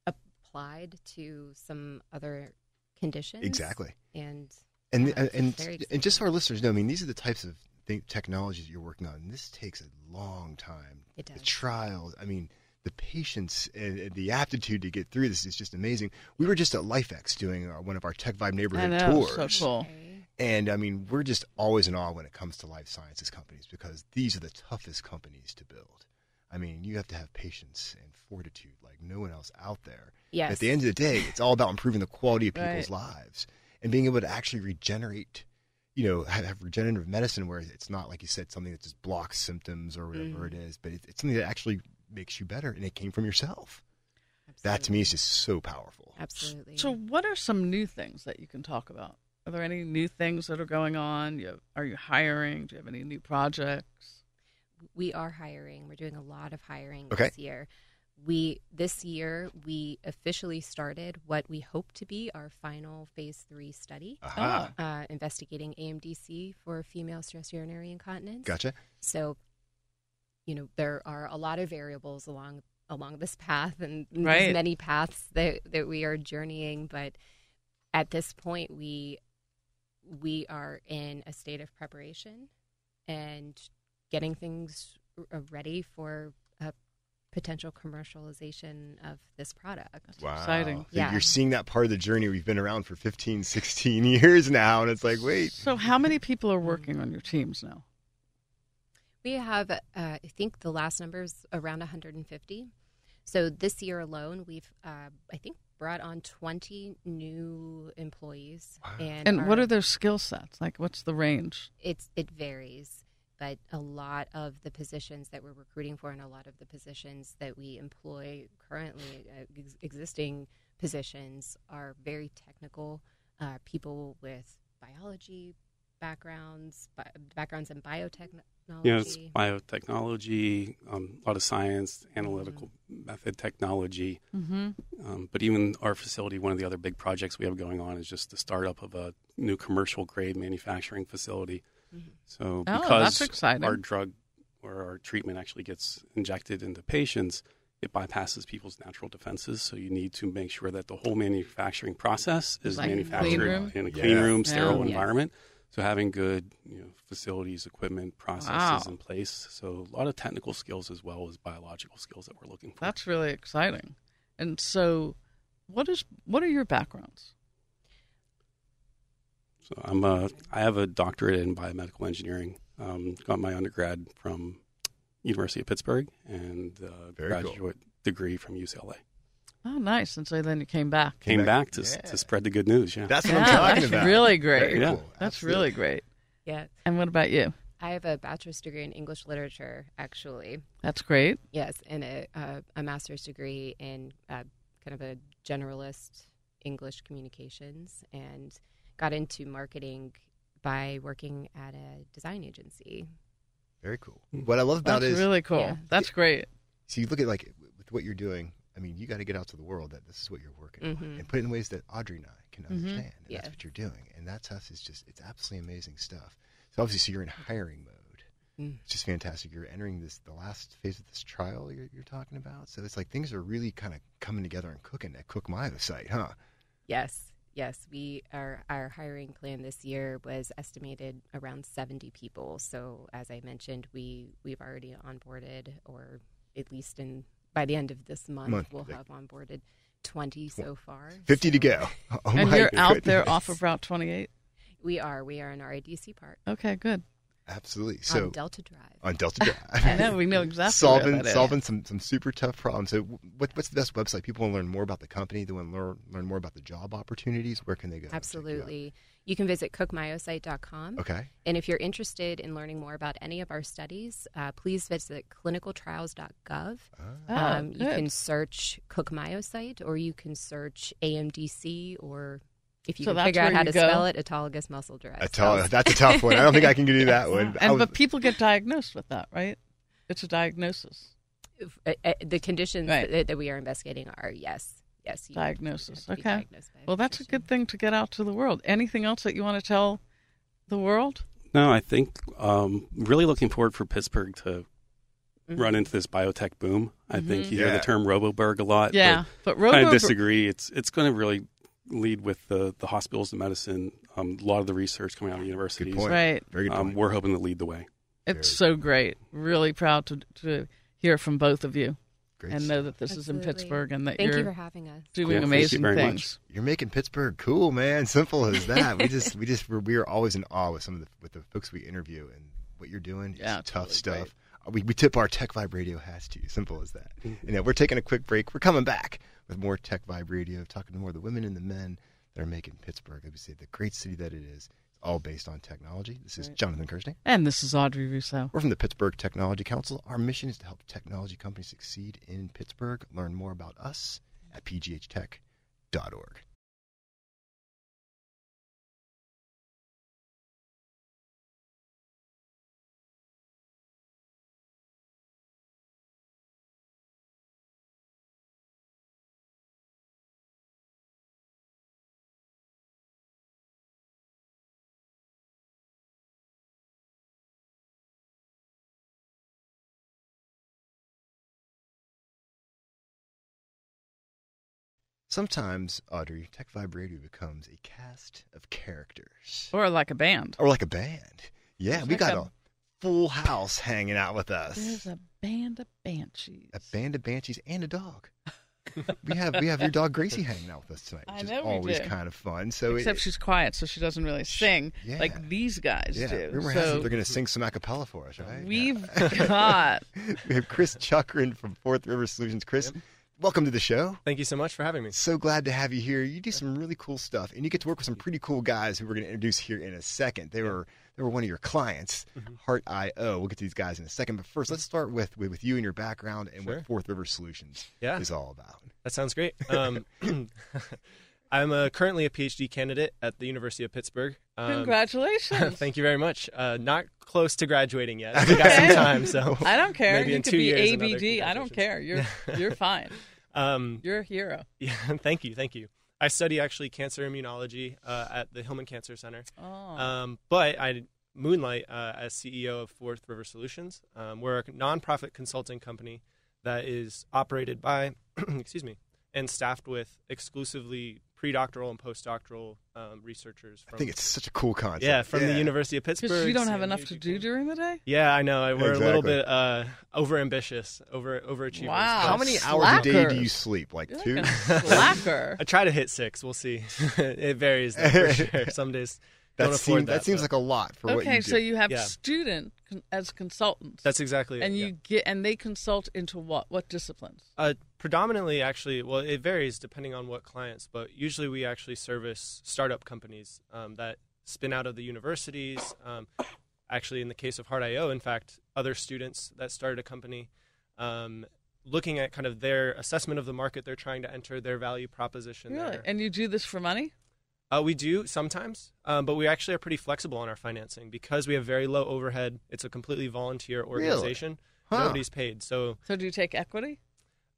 Speaker 4: applied to some other conditions.
Speaker 1: Exactly.
Speaker 4: And
Speaker 1: And
Speaker 4: Yeah, it's
Speaker 1: and
Speaker 4: very
Speaker 1: and just so
Speaker 4: exciting.
Speaker 1: our listeners know, I mean, these are the types of th- technologies you're working on. This takes a long time.
Speaker 4: It does.
Speaker 1: The trials. I mean, the patience and, and the aptitude to get through this is just amazing. We were just at LifeX doing our, one of our Tech Vibe
Speaker 2: I
Speaker 1: neighborhood
Speaker 2: know, it was
Speaker 1: tours.
Speaker 2: so cool
Speaker 4: Okay.
Speaker 1: And I mean, we're just always in awe when it comes to life sciences companies because these are the toughest companies to build. I mean, you have to have patience and fortitude like no one else out there.
Speaker 4: Yes.
Speaker 1: At the end of the day, it's all about improving the quality of people's
Speaker 2: Right.
Speaker 1: lives and being able to actually regenerate, you know, have, have regenerative medicine where it's not, like you said, something that just blocks symptoms or whatever it
Speaker 2: Mm.
Speaker 1: is, but it, it's something that actually makes you better and it came from yourself. That to me is just so powerful.
Speaker 4: absolutely.
Speaker 2: so what are some new things that you can talk about are there any new things that are going on you are you hiring do you have any new projects
Speaker 4: we are hiring. We're doing a lot of hiring
Speaker 1: Okay.
Speaker 4: this year. We this year we officially started what we hope to be our final phase three study,
Speaker 1: Aha.
Speaker 2: oh,
Speaker 4: uh, investigating AMDC for female stress urinary incontinence.
Speaker 1: Gotcha.
Speaker 4: So, you know, there are a lot of variables along along this path and these
Speaker 2: Right.
Speaker 4: many paths that that we are journeying, but at this point we we are in a state of preparation and getting things r- uh, ready for a potential commercialization of this product.
Speaker 2: That's exciting.
Speaker 1: So
Speaker 4: Yeah.
Speaker 1: You're seeing that part of the journey. We've been around for 15, 16 years now, and it's like, wait.
Speaker 2: So, how many people are working on your teams now?
Speaker 4: We have, uh, I think the last number is around 150. So this year alone, we've, uh, I think, brought on 20 new employees. And,
Speaker 2: And what
Speaker 4: our-
Speaker 2: are their skill sets? Like, what's the range?
Speaker 4: It's it varies, but a lot of the positions that we're recruiting for, and a lot of the positions that we employ currently, uh, ex- existing positions, are very technical. Uh, people with biology backgrounds, bi- backgrounds in biotechnology.
Speaker 5: Yeah, it's biotechnology, um, a lot of science, analytical method technology.
Speaker 2: Mm-hmm.
Speaker 5: Um, but even our facility, one of the other big projects we have going on is just the startup of a new commercial grade manufacturing facility. So
Speaker 2: Oh,
Speaker 5: because
Speaker 2: that's exciting.
Speaker 5: our drug or our treatment actually gets injected into patients, it bypasses people's natural defenses. So you need to make sure that the whole manufacturing process is
Speaker 2: Like clean
Speaker 5: manufactured
Speaker 2: room?
Speaker 5: in a clean
Speaker 1: Yeah.
Speaker 5: room,
Speaker 2: Yeah. Oh,
Speaker 5: sterile
Speaker 4: Yes.
Speaker 5: environment. So having good you know, facilities, equipment, processes
Speaker 2: Wow.
Speaker 5: in place. So a lot of technical skills as well as biological skills that we're looking for.
Speaker 2: That's really exciting. And so, what is what are your backgrounds?
Speaker 5: So I'm a, I have a doctorate in biomedical engineering. Um, got my undergrad from University of Pittsburgh and uh
Speaker 1: Very cool.
Speaker 5: graduate degree from UCLA.
Speaker 2: Oh, nice. And so then you came back.
Speaker 5: Came,
Speaker 1: Came
Speaker 5: back,
Speaker 1: back-
Speaker 5: to, s
Speaker 1: yeah.
Speaker 5: to spread the good news. Yeah,
Speaker 1: That's what
Speaker 2: Yeah,
Speaker 1: I'm talking
Speaker 2: that's
Speaker 1: about.
Speaker 2: really great.
Speaker 1: Very
Speaker 5: Yeah.
Speaker 1: cool.
Speaker 2: That's
Speaker 1: Absolutely.
Speaker 2: really great.
Speaker 4: yeah.
Speaker 2: And what about you?
Speaker 4: I have a bachelor's degree in English literature, actually.
Speaker 2: That's great.
Speaker 4: Yes, and a, uh, a master's degree in uh, kind of a generalist English communications, and got into marketing by working at a design agency.
Speaker 1: Very cool. What I love about
Speaker 2: That's
Speaker 1: it is
Speaker 2: really cool.
Speaker 4: Yeah.
Speaker 2: That's great.
Speaker 1: so you look at like with what you're doing. I mean, you got to get out to the world that this is what you're working on
Speaker 2: Mm-hmm.
Speaker 4: Mhm.
Speaker 1: and put it in ways that Audrey and I can understand. And
Speaker 4: Yeah.
Speaker 1: That's what you're doing, and that's us. Is just it's absolutely amazing stuff. So obviously, so you're in hiring mode.
Speaker 4: Mm.
Speaker 1: It's just fantastic. You're entering this the last phase of this trial you're, you're talking about. So it's like things are really kind of coming together and cooking at Cook Milo site, huh?
Speaker 4: Yes, yes, we our our hiring plan this year was estimated around seventy people. So as I mentioned, we we've already onboarded, or at least in by the end of this month,
Speaker 1: Month,
Speaker 4: we'll
Speaker 1: like-
Speaker 4: have onboarded twenty so far.
Speaker 1: Fifty to
Speaker 4: So
Speaker 1: go. Oh
Speaker 2: and
Speaker 1: my
Speaker 2: you're out
Speaker 1: goodness.
Speaker 2: there off of Route 28.
Speaker 4: We are we are in RIDC Park
Speaker 2: Okay, good.
Speaker 1: Absolutely. So Oh,
Speaker 4: on Delta Drive.
Speaker 1: on Delta Drive.
Speaker 2: I know we know exactly where
Speaker 1: solving
Speaker 2: that is.
Speaker 1: solving some, some super tough problems. So, what, what's the best website? People want to learn more about the company. They want to learn learn more about the job opportunities. Where can they go? and check you out?
Speaker 4: Absolutely. You, can visit cookmyosite.com.
Speaker 1: Okay.
Speaker 4: And if you're interested in learning more about any of our studies, uh, please visit clinicaltrials.gov.
Speaker 2: Oh,
Speaker 4: um, you
Speaker 2: good.
Speaker 4: can search Cook Myosite or you can search AMDC or if you
Speaker 2: So
Speaker 4: can
Speaker 2: that's
Speaker 4: figure out
Speaker 2: where
Speaker 4: how
Speaker 2: you
Speaker 4: to
Speaker 2: go?
Speaker 4: spell it, autologous muscle
Speaker 1: A
Speaker 4: derived.
Speaker 1: tall,
Speaker 4: cells.
Speaker 1: that's a tough one. I don't think I can do that one. I
Speaker 2: and
Speaker 1: was-
Speaker 2: but people get diagnosed with that, right? It's a diagnosis.
Speaker 4: If- uh, uh, the conditions
Speaker 2: Right.
Speaker 4: that, that we are investigating are yes, yes, you- you have to
Speaker 2: Diagnosis,
Speaker 4: be
Speaker 2: okay.
Speaker 4: diagnosed by
Speaker 2: Well, that's a
Speaker 4: physician.
Speaker 2: good thing to get out to the world. Anything else that you want to tell the world?
Speaker 5: no, I think um, really looking forward for Pittsburgh to
Speaker 4: Mhm.
Speaker 5: run into this biotech boom. I think you hear
Speaker 1: Yeah.
Speaker 5: the term Roboburg a lot. but
Speaker 2: yeah, but Robo
Speaker 5: I disagree. It's it's going to really lead with the the hospitals and medicine. Um, a lot of the research coming out of the universities.
Speaker 1: point.
Speaker 2: right?
Speaker 1: very good.
Speaker 5: Um,
Speaker 1: point.
Speaker 5: we're hoping to lead the way.
Speaker 2: It's
Speaker 1: Very
Speaker 2: so great. Really proud to to hear from both of you
Speaker 1: Great
Speaker 2: and
Speaker 1: stuff.
Speaker 2: know that this is in
Speaker 4: Absolutely.
Speaker 2: Pittsburgh and that
Speaker 4: Thank
Speaker 2: you're
Speaker 4: you for having us.
Speaker 2: doing
Speaker 5: Yeah, thank you
Speaker 2: amazing
Speaker 5: very much.
Speaker 2: things.
Speaker 1: You're making Pittsburgh cool, man. Simple as that. we just we just we're, we are always in awe with some of the with the folks we interview and what you're doing.
Speaker 2: Yeah,
Speaker 1: it's tough
Speaker 2: totally
Speaker 1: stuff. Uh, We, we tip our Tech Vibe Radio hats to you. Simple as that. and now we're taking a quick break. We're coming back with more Tech Vibe Radio, talking to more of the women and the men that are making Pittsburgh, like we say, the great city that it is. It's all based on technology. This is Jonathan Kirsting.
Speaker 2: And this is Audrey Rousseau.
Speaker 1: We're from the Pittsburgh Technology Council. Our mission is to help technology companies succeed in Pittsburgh. Learn more about us at pghtech.org. Sometimes, Audrey, Tech Vibe Radio becomes a cast of characters.
Speaker 2: or like a band.
Speaker 1: Or like a band. Yeah,
Speaker 2: It's
Speaker 1: we
Speaker 2: like
Speaker 1: got
Speaker 2: a-
Speaker 1: a, full house hanging out with us.
Speaker 2: There's a band of banshees.
Speaker 1: A band of banshees and a dog. we have we have your dog Gracie hanging out with us tonight,
Speaker 2: I
Speaker 1: which is
Speaker 2: know we
Speaker 1: always
Speaker 2: do.
Speaker 1: kind of fun. So
Speaker 2: Except
Speaker 1: it,
Speaker 2: she's quiet, so she doesn't really sing
Speaker 1: Yeah.
Speaker 2: like these guys
Speaker 1: yeah,
Speaker 2: do.
Speaker 1: we were
Speaker 2: so
Speaker 1: having- they're going to sing some acapella for us, right?
Speaker 2: we've
Speaker 1: Yeah.
Speaker 2: got
Speaker 1: we have Chris Chukrin from Fourth River Solutions. Chris, welcome to the show.
Speaker 6: Thank you so much for having me.
Speaker 1: So glad to have you here. You do some really cool stuff, and you get to work with some pretty cool guys who we're going to introduce here in a second. They were they were one of your clients,
Speaker 6: Mm-hmm.
Speaker 1: Heart IO. We'll get to these guys in a second, but first, let's start with with, with you and your background and
Speaker 6: Sure.
Speaker 1: what Fourth River Solutions
Speaker 6: Yeah.
Speaker 1: is all about.
Speaker 6: That sounds great. Um, I'm uh, currently a PhD candidate at the University of Pittsburgh. Um,
Speaker 2: congratulations.
Speaker 6: thank you very much. Uh, not close to graduating yet. I got some
Speaker 2: Okay.
Speaker 6: time, so
Speaker 2: I don't care.
Speaker 6: Maybe
Speaker 2: you
Speaker 6: in
Speaker 2: could
Speaker 6: two
Speaker 2: be
Speaker 6: years, another
Speaker 2: ABD. I don't
Speaker 6: congratulations.
Speaker 2: care. You're you're fine.
Speaker 6: um,
Speaker 2: You're a hero.
Speaker 6: yeah, thank you, thank you. I study actually cancer immunology uh, at the Hillman Cancer Center.
Speaker 2: Oh,
Speaker 6: Um, but I moonlight uh, as CEO of Fourth River Solutions. Um, we're a nonprofit consulting company that is operated by, excuse me, and staffed with exclusively predoctoral and postdoctoral um, researchers. From,
Speaker 1: I think it's such a cool concept.
Speaker 6: yeah, from the University of Pittsburgh.
Speaker 2: because you don't have
Speaker 6: San
Speaker 2: enough to
Speaker 6: Diego
Speaker 2: do
Speaker 6: County.
Speaker 2: during the day.
Speaker 6: Yeah, I know. I- We're a little
Speaker 1: Exactly.
Speaker 6: bit uh, overambitious, over overachievers.
Speaker 2: Wow.
Speaker 6: but
Speaker 1: How many hours a day
Speaker 2: Slacker.
Speaker 1: do you sleep? Like
Speaker 2: You're
Speaker 1: two.
Speaker 2: like a slacker.
Speaker 6: I try to hit six. We'll see. it varies. Though, for sure. Some days
Speaker 1: that
Speaker 6: don't
Speaker 1: seems
Speaker 6: afford
Speaker 1: that,
Speaker 6: that.
Speaker 1: seems
Speaker 6: but
Speaker 1: like a lot for what
Speaker 2: okay,
Speaker 1: you do.
Speaker 2: so you have
Speaker 6: Yeah.
Speaker 2: student con- as consultants,
Speaker 6: that's exactly it.
Speaker 2: and
Speaker 6: yeah.
Speaker 2: you get and they consult into what what disciplines?
Speaker 6: Uh, predominantly, actually, well, it varies depending on what clients, but usually we actually service startup companies um, that spin out of the universities. Um, actually, in the case of Heart.io, in fact, other students that started a company, um, looking at kind of their assessment of the market they're trying to enter, their value proposition.
Speaker 2: Really,
Speaker 6: there.
Speaker 2: and you do this for money?
Speaker 6: Uh, we do sometimes, um, but we actually are pretty flexible on our financing because we have very low overhead. It's a completely volunteer organization.
Speaker 1: Huh.
Speaker 6: Nobody's paid, so
Speaker 2: So do you take equity?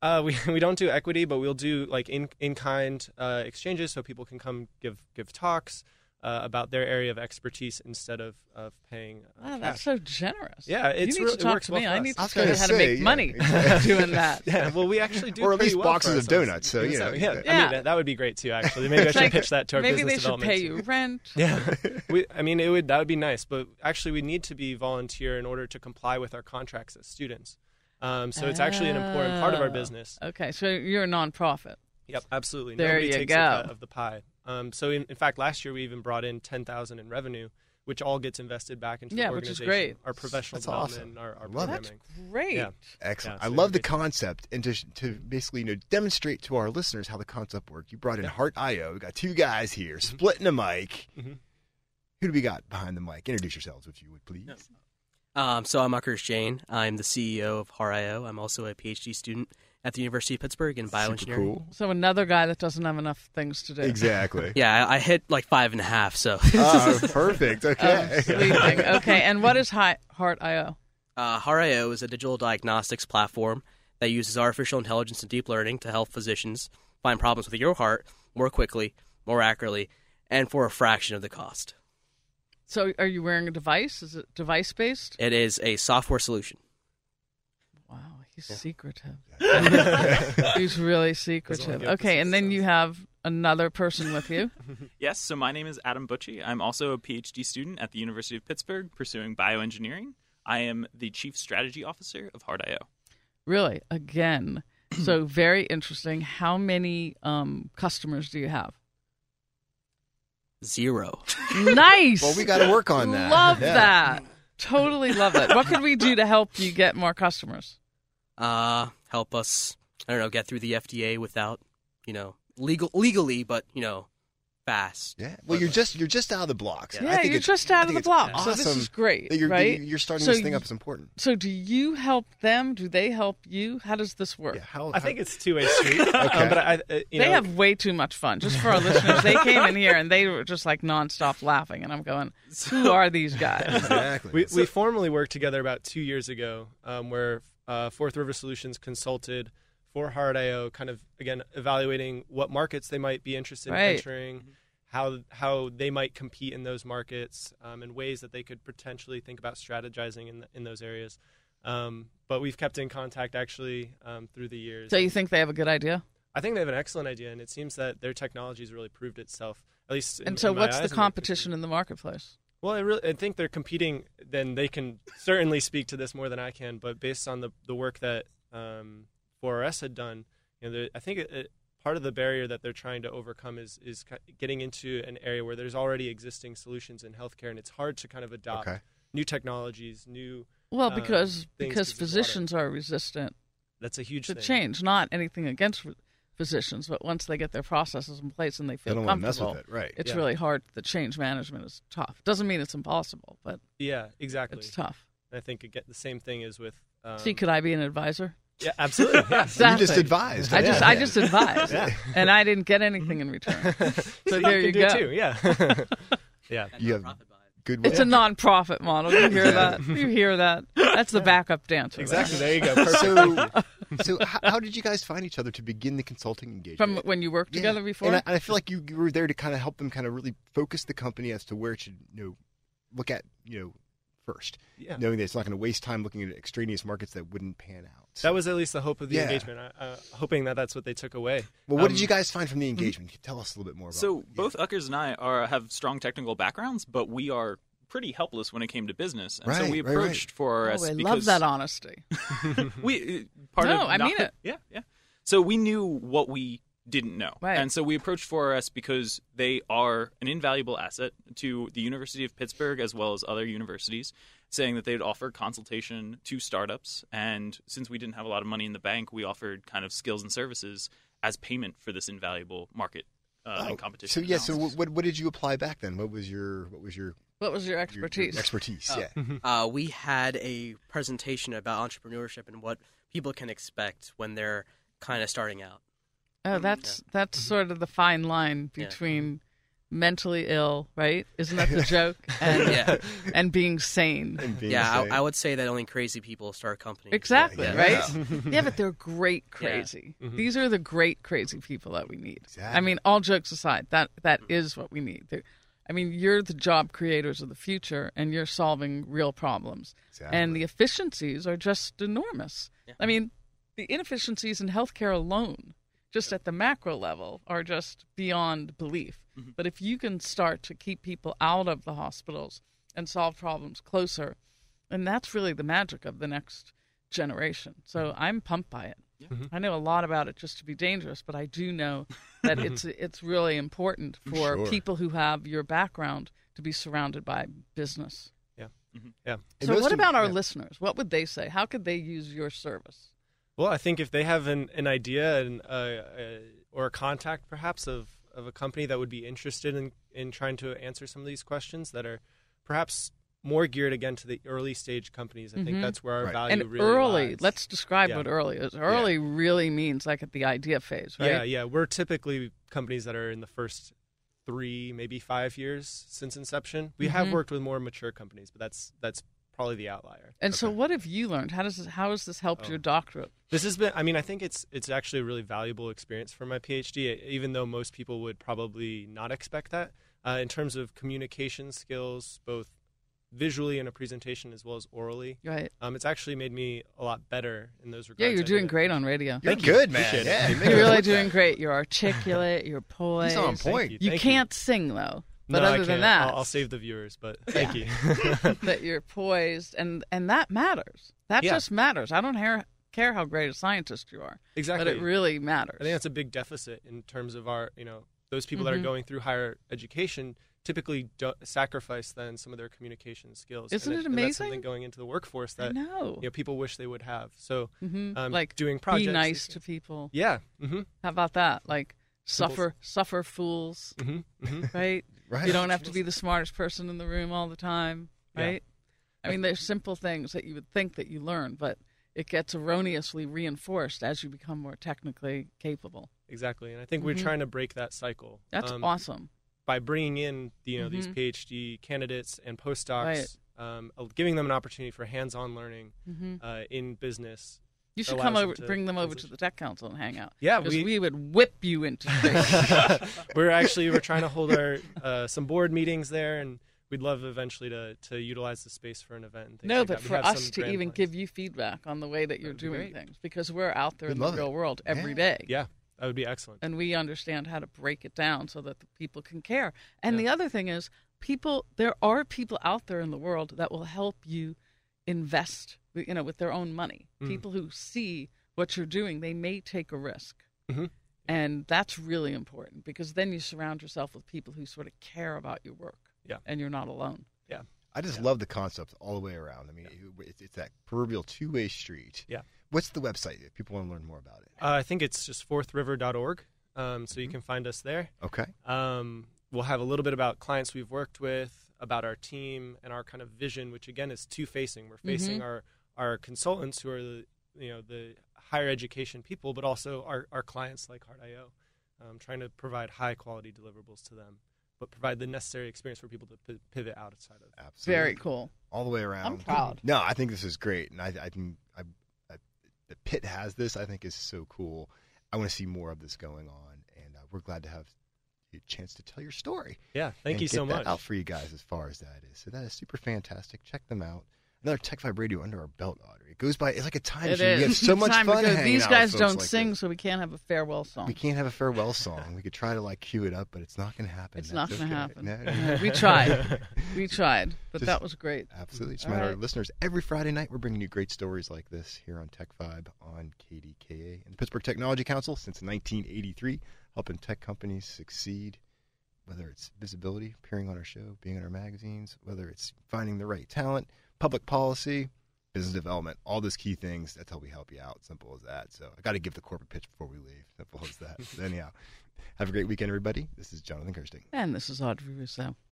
Speaker 6: uh, we we don't do equity, but we'll do like in in kind uh, exchanges, so people can come give give talks uh, about their area of expertise instead of of paying. Uh,
Speaker 2: Wow,
Speaker 6: cash.
Speaker 2: that's so generous.
Speaker 6: Yeah,
Speaker 2: you
Speaker 6: it's
Speaker 2: need
Speaker 6: real-
Speaker 2: to
Speaker 6: it
Speaker 2: talk
Speaker 6: works
Speaker 2: to
Speaker 6: well
Speaker 2: me.
Speaker 6: for
Speaker 2: I
Speaker 6: us.
Speaker 2: need
Speaker 1: I
Speaker 2: to
Speaker 1: was
Speaker 2: figure out
Speaker 1: gonna
Speaker 2: how to make
Speaker 1: say, yeah,
Speaker 2: money
Speaker 1: exactly.
Speaker 2: doing that.
Speaker 6: yeah, well, we actually do,
Speaker 1: Or at least
Speaker 6: pretty well for
Speaker 1: boxes of
Speaker 6: ourselves.
Speaker 1: donuts, so, you know.
Speaker 6: yeah, I
Speaker 2: Yeah.
Speaker 6: mean that, that would be great too. Actually, maybe I
Speaker 2: It's
Speaker 6: should
Speaker 2: like,
Speaker 6: pitch that to our
Speaker 2: Maybe
Speaker 6: business
Speaker 2: they should
Speaker 6: development.
Speaker 2: pay
Speaker 6: team.
Speaker 2: you rent.
Speaker 6: Yeah, we, I mean, it would that would be nice, but actually, we need to be volunteer in order to comply with our contracts as students. Um, so it's actually an important part of our
Speaker 2: Oh.
Speaker 6: business.
Speaker 2: Okay, so you're a nonprofit.
Speaker 6: Yep, absolutely.
Speaker 2: There
Speaker 6: Nobody
Speaker 2: you
Speaker 6: takes
Speaker 2: go.
Speaker 6: a cut of the pie. Um, so in, in fact, last year we even brought in ten thousand in revenue, which all gets invested back into
Speaker 2: Yeah,
Speaker 6: the
Speaker 2: which is
Speaker 6: organization,
Speaker 2: great.
Speaker 6: our professional
Speaker 1: That's
Speaker 6: development,
Speaker 1: awesome.
Speaker 6: and our, our
Speaker 1: I love it.
Speaker 6: programming.
Speaker 2: Great.
Speaker 6: Yeah.
Speaker 1: Excellent.
Speaker 6: Yeah,
Speaker 1: I
Speaker 6: so
Speaker 1: love the
Speaker 6: it'd be-
Speaker 1: concept and to, sh- to basically you know demonstrate to our listeners how the concept worked. You brought in Heart IO. We got two guys here
Speaker 6: Mm-hmm.
Speaker 1: splitting a mic.
Speaker 6: Mhm.
Speaker 1: Who do we got behind the mic? Introduce yourselves if you would please.
Speaker 7: Um, so I'm Akers Jane. I'm the CEO of HAR.io. I'm also a PhD student at the University of Pittsburgh in bioengineering.
Speaker 1: Super cool.
Speaker 2: So another guy that doesn't have enough things to do.
Speaker 1: Exactly.
Speaker 7: Yeah, I, I hit like five and a half. So
Speaker 1: oh,
Speaker 6: Um,
Speaker 1: perfect. Okay.
Speaker 2: Sleeping. okay, and what is Hi- Heart IO?
Speaker 7: uh, HAR.io is a digital diagnostics platform that uses artificial intelligence and deep learning to help physicians find problems with your heart more quickly, more accurately, and for a fraction of the cost.
Speaker 2: So are you wearing a device? Is it device based?
Speaker 7: It is a software solution.
Speaker 2: Wow, he's secretive. he's really secretive. Okay, and then you have another person with you.
Speaker 8: Yes, so my name is Adam Butchie. I'm also a PhD student at the University of Pittsburgh pursuing bioengineering. I am the Chief Strategy Officer of Hard.io.
Speaker 2: Really, again. So very interesting. How many um, customers do you have?
Speaker 7: Zero.
Speaker 2: Nice.
Speaker 1: Well, we got to work on that.
Speaker 2: Love
Speaker 1: Yeah.
Speaker 2: that. Totally love that. What could we do to help you get more customers?
Speaker 7: Uh, help us. I don't know. Get through the FDA without, you know, legal legally, but you know, fast.
Speaker 1: Yeah. Well, you're just you're just out of the blocks.
Speaker 2: Yeah, you're just out of the blocks.
Speaker 1: block.
Speaker 2: So this is great,
Speaker 1: That you're,
Speaker 2: right?
Speaker 1: You're starting
Speaker 2: So
Speaker 1: this thing
Speaker 2: you-
Speaker 1: up. It's important.
Speaker 2: So do you help them? Do they help you? How does this work?
Speaker 1: Yeah. How,
Speaker 6: I
Speaker 1: how-
Speaker 6: think it's two way street. um, but I, I- you
Speaker 2: they
Speaker 6: know,
Speaker 2: have way too much fun. Just for our listeners, they came in here and they were just like nonstop laughing, and I'm going, "Who are these guys?"
Speaker 1: exactly.
Speaker 6: we, we formally worked together about two years ago, um, where uh, Fourth River Solutions consulted for Hard.io, kind of again evaluating what markets they might be interested
Speaker 2: Right.
Speaker 6: in entering, how how they might compete in those markets, um, and ways that they could potentially think about strategizing in in those areas. Um, but we've kept in contact actually um, through the years.
Speaker 2: So you think they have a good idea?
Speaker 6: I think they have an excellent idea, and it seems that their technology has really proved itself. At least. in-
Speaker 2: And so,
Speaker 6: in my
Speaker 2: what's
Speaker 6: eyes,
Speaker 2: the
Speaker 6: in
Speaker 2: competition in the marketplace?
Speaker 6: Well, I really I think they're competing. Then they can certainly speak to this more than I can. But based on the the work that um, 4RS had done, you know, there- I think it, it, part of the barrier that they're trying to overcome is is ki- getting into an area where there's already existing solutions in healthcare, and it's hard to kind of adopt
Speaker 1: Okay.
Speaker 6: new technologies. New
Speaker 2: Well,
Speaker 6: Um,
Speaker 2: because
Speaker 6: things
Speaker 2: because
Speaker 6: 'cause it's water.
Speaker 2: physicians are resistant
Speaker 6: that's a huge
Speaker 2: to
Speaker 6: thing.
Speaker 2: change. Not anything against re- physicians, but once they get their processes in place and they
Speaker 1: They
Speaker 2: feel
Speaker 1: don't want to mess
Speaker 2: comfortable,
Speaker 1: with it, right?
Speaker 2: it's
Speaker 6: Yeah.
Speaker 2: really hard. The change management is tough. Doesn't mean it's impossible, but
Speaker 6: Yeah, exactly.
Speaker 2: it's tough.
Speaker 6: And I think again, the same thing is with. Um,
Speaker 2: See, could I be an advisor?
Speaker 6: yeah, absolutely. yeah.
Speaker 1: You just
Speaker 2: Exactly.
Speaker 1: advised.
Speaker 2: I just I
Speaker 1: Yeah.
Speaker 2: just advised,
Speaker 1: Yeah.
Speaker 2: and I didn't get anything in return. So
Speaker 6: I
Speaker 2: there you
Speaker 6: can
Speaker 2: go.
Speaker 6: do it too. Yeah. yeah.
Speaker 1: You have good.
Speaker 2: It's a
Speaker 1: work.
Speaker 2: non-profit model. You hear that? You hear that? That's the backup dancer.
Speaker 6: Exactly. There you go. Perfect.
Speaker 1: so, so how, how did you guys find each other to begin the consulting engagement?
Speaker 2: From when you worked
Speaker 1: Yeah.
Speaker 2: together before.
Speaker 1: And I, and I feel like you, you were there to kind of help them kind of really focus the company as to where it should, you know, look at, you know, first,
Speaker 6: Yeah.
Speaker 1: knowing that it's not going to waste time looking at extraneous markets that wouldn't pan out.
Speaker 6: That was at least the hope of the
Speaker 1: Yeah.
Speaker 6: engagement, uh, uh, hoping that that's what they took away.
Speaker 1: well, what
Speaker 6: um,
Speaker 1: did you guys find from the engagement? Tell us a little bit more about
Speaker 8: So
Speaker 1: it.
Speaker 8: both Uckers and I are have strong technical backgrounds, but we are pretty helpless when it came to business. And so
Speaker 1: Right,
Speaker 8: we
Speaker 1: right, right.
Speaker 8: approached for us
Speaker 2: oh, I love
Speaker 8: because
Speaker 2: that honesty.
Speaker 8: we uh, part
Speaker 2: Mm-hmm. No,
Speaker 8: of
Speaker 2: I
Speaker 8: not-
Speaker 2: mean it.
Speaker 8: Yeah, yeah. So we knew what we didn't know,
Speaker 2: Right.
Speaker 8: and so we approached 4RS because they are an invaluable asset to the University of Pittsburgh as well as other universities, saying that they'd offer consultation to startups. And since we didn't have a lot of money in the bank, we offered kind of skills and services as payment for this invaluable market uh,
Speaker 1: Oh,
Speaker 8: and
Speaker 1: So
Speaker 8: competition.
Speaker 1: yeah, so
Speaker 8: analysis.
Speaker 1: what, what, what did you apply back then? What was your what was your
Speaker 2: What was your
Speaker 1: your- your
Speaker 2: expertise?
Speaker 1: expertise,
Speaker 7: Oh.
Speaker 1: yeah.
Speaker 7: Uh, we had a presentation about entrepreneurship and what people can expect when they're kind of starting out.
Speaker 2: Oh, that's that's sort of the fine line
Speaker 7: Yeah.
Speaker 2: between mentally ill, right? Isn't that the joke? And
Speaker 7: Yeah.
Speaker 2: and being sane.
Speaker 1: And being
Speaker 7: yeah,
Speaker 1: safe.
Speaker 7: I, I would say that only crazy people start companies.
Speaker 2: Exactly,
Speaker 1: Yeah.
Speaker 2: right? Yeah. but they're great
Speaker 7: Yeah.
Speaker 2: crazy. These are the great crazy people that we need. I
Speaker 1: Exactly.
Speaker 2: mean, all jokes aside, that that is what we need. They're- I mean, you're the job creators of the future and you're solving real problems. And
Speaker 1: Exactly.
Speaker 2: the efficiencies are just enormous. I mean, the inefficiencies in healthcare alone, just at the macro level, are just beyond belief. But if you can start to keep people out of the hospitals and solve problems closer, and that's really the magic of the next generation. So I'm pumped by it.
Speaker 6: Mm-hmm.
Speaker 2: I know a lot about it just to be dangerous, but I do know that it's it's really important for
Speaker 1: Sure.
Speaker 2: people who have your background to be surrounded by business.
Speaker 6: Yeah.
Speaker 1: And
Speaker 2: so
Speaker 1: most
Speaker 2: what
Speaker 1: im-
Speaker 2: about our
Speaker 1: yeah.
Speaker 2: listeners? What would they say? How could they use your service?
Speaker 6: Well, I think if they have an, an idea and uh, uh, or a contact, perhaps of, of a company that would be interested in in trying to answer some of these questions that are perhaps more geared again to the early stage companies, I think that's where our
Speaker 1: Right.
Speaker 6: value
Speaker 2: Mm-hmm. and
Speaker 6: really
Speaker 2: early,
Speaker 6: lies.
Speaker 2: let's describe
Speaker 6: Yeah.
Speaker 2: what early is. Early really means like at the idea phase, right?
Speaker 6: Yeah, yeah. We're typically companies that are in the first three, maybe five years since inception. We
Speaker 2: Mm-hmm.
Speaker 6: have worked with more mature companies, but that's that's probably the outlier.
Speaker 2: And so what have you learned? How does this, how has this helped
Speaker 6: Oh.
Speaker 2: your doctorate?
Speaker 6: This has been. I mean, I think it's it's actually a really valuable experience for my PhD, e, even though most people would probably not expect that. Uh, in terms of communication skills, both visually in a presentation as well as orally,
Speaker 2: Right.
Speaker 6: um, it's actually made me a lot better in those regards.
Speaker 2: Yeah,
Speaker 6: I
Speaker 2: you're
Speaker 6: think
Speaker 2: doing
Speaker 6: that-
Speaker 2: great on radio.
Speaker 1: You're good, man. Yeah,
Speaker 2: You're really doing great. You're articulate, you're poised.
Speaker 1: He's on
Speaker 6: Thank
Speaker 1: point.
Speaker 6: you.
Speaker 2: You
Speaker 6: thank
Speaker 2: can't sing though. But
Speaker 6: no, I
Speaker 2: other than
Speaker 6: can't.
Speaker 2: that,
Speaker 6: I'll, I'll save the viewers. But thank you.
Speaker 2: that you're poised and and that matters. That
Speaker 6: Yeah.
Speaker 2: just matters. I don't care care how great a scientist you are.
Speaker 6: exactly.
Speaker 2: But it really matters.
Speaker 6: I think that's a big deficit in terms of our, you know, those people
Speaker 2: Mm-hmm.
Speaker 6: that are going through higher education typically do- sacrifice then some of their communication skills.
Speaker 2: Isn't
Speaker 6: and
Speaker 2: it
Speaker 6: And that's something
Speaker 2: amazing?
Speaker 6: going into the workforce
Speaker 2: I
Speaker 6: that you
Speaker 2: know.
Speaker 6: know people wish they would have. So,
Speaker 2: Mhm.
Speaker 6: um,
Speaker 2: like
Speaker 6: doing projects,
Speaker 2: be
Speaker 6: these
Speaker 2: nice to
Speaker 6: things.
Speaker 2: people.
Speaker 6: yeah, hmm
Speaker 2: How about that? Like
Speaker 6: Simple-
Speaker 2: suffer suffer fools,
Speaker 6: hmm hmm
Speaker 2: right?
Speaker 1: Right.
Speaker 2: You don't have to be the smartest person in the room all the time,
Speaker 6: Yeah.
Speaker 2: right? I mean, there's simple things that you would think that you learn, but it gets erroneously reinforced as you become more technically capable.
Speaker 6: exactly. And I think we're trying to break that cycle.
Speaker 2: Mm-hmm. That's
Speaker 6: um,
Speaker 2: awesome.
Speaker 6: By bringing in, you know, these
Speaker 2: Mhm.
Speaker 6: PhD candidates and postdocs, um, giving them an opportunity for hands-on learning
Speaker 2: hmm
Speaker 6: uh, in business.
Speaker 2: You should
Speaker 6: allows
Speaker 2: come
Speaker 6: them
Speaker 2: over,
Speaker 6: to
Speaker 2: bring them over to
Speaker 6: transition.
Speaker 2: the tech council and hang out.
Speaker 6: Yeah,
Speaker 2: 'Cause
Speaker 6: we-
Speaker 2: would whip you into shape.
Speaker 6: we're actually we're trying to hold our uh, some board meetings there, and we'd love eventually to to utilize the space for an event. And things
Speaker 2: no,
Speaker 6: like
Speaker 2: but
Speaker 6: that. We
Speaker 2: for
Speaker 6: have
Speaker 2: us
Speaker 6: some
Speaker 2: to
Speaker 6: grand
Speaker 2: even
Speaker 6: plans.
Speaker 2: give you feedback on the way that you're doing things because we're out there
Speaker 1: We'd
Speaker 2: in the
Speaker 1: love it.
Speaker 2: real world every
Speaker 1: Yeah.
Speaker 2: day.
Speaker 6: yeah, That would be excellent.
Speaker 2: and we understand how to break it down so that the people can care. And the other thing is, people there are people out there in the world that will help you invest, you know, with their own money.
Speaker 6: Mm.
Speaker 2: People who see what you're doing, they may take a risk.
Speaker 1: Mm-hmm.
Speaker 6: Mhm.
Speaker 2: And that's really important because then you surround yourself with people who sort of care about your work.
Speaker 6: Yeah.
Speaker 2: And you're not alone.
Speaker 1: I just love the concept all the way around. I mean, it, it's- it's that proverbial two way street.
Speaker 6: Yeah.
Speaker 1: What's the website if people want to learn more about it?
Speaker 6: Uh, I think it's just fourthriver.org. Um,
Speaker 2: Mm-hmm.
Speaker 6: so you can find us there.
Speaker 1: Okay.
Speaker 6: Um, we'll have a little bit about clients we've worked with, about our team, and our kind of vision, which again is two facing.
Speaker 1: Mm-hmm.
Speaker 6: We're facing our our consultants who are the you know the higher education people, but also our, our clients like Heart.io, um, trying to provide high quality deliverables to them, but provide the necessary experience for people to p- pivot outside of.
Speaker 1: Absolutely.
Speaker 2: Very cool.
Speaker 1: All the way around.
Speaker 2: proud.
Speaker 1: No, I think this is great, and I, I think I, I, the pit has this. I think is so cool. I want to see more of this going on, and uh, we're glad to have a chance to tell your story.
Speaker 6: Yeah, thank
Speaker 1: and
Speaker 6: you
Speaker 1: get
Speaker 6: so
Speaker 1: that
Speaker 6: much.
Speaker 1: Out for you guys as far as that is. So that is super fantastic. Check them out. Another Tech Vibe Radio under our belt, Audrey. It goes by. It's like a time
Speaker 2: It
Speaker 1: machine.
Speaker 2: is.
Speaker 1: We have so much
Speaker 2: Time
Speaker 1: fun.
Speaker 2: to go.
Speaker 1: hanging
Speaker 2: These
Speaker 1: out with
Speaker 2: guys
Speaker 1: folks
Speaker 2: don't
Speaker 1: like
Speaker 2: sing,
Speaker 1: this.
Speaker 2: so we can't have a farewell song.
Speaker 1: We can't have a farewell song. We could try to like cue it up, but it's not going to happen.
Speaker 2: It's not
Speaker 1: That's
Speaker 2: going to
Speaker 1: okay.
Speaker 2: happen.
Speaker 1: No, no, no.
Speaker 2: We tried. We tried, but
Speaker 1: Just-
Speaker 2: that was great. Mm-hmm.
Speaker 1: Absolutely. It's
Speaker 2: All
Speaker 1: my our
Speaker 2: right.
Speaker 1: listeners. Every Friday night, we're bringing you great stories like this here on Tech Vibe on KDKA and the Pittsburgh Technology Council since 1983, helping tech companies succeed, whether it's visibility, appearing on our show, being in our magazines, whether it's finding the right talent, public policy, business development, all those key things. That's how we help you out. Simple as that. So I got to give the corporate pitch before we leave. Simple as that. Anyhow, have a great weekend, everybody. This is Jonathan Kirsting.
Speaker 2: And this is Audrey Rousseau.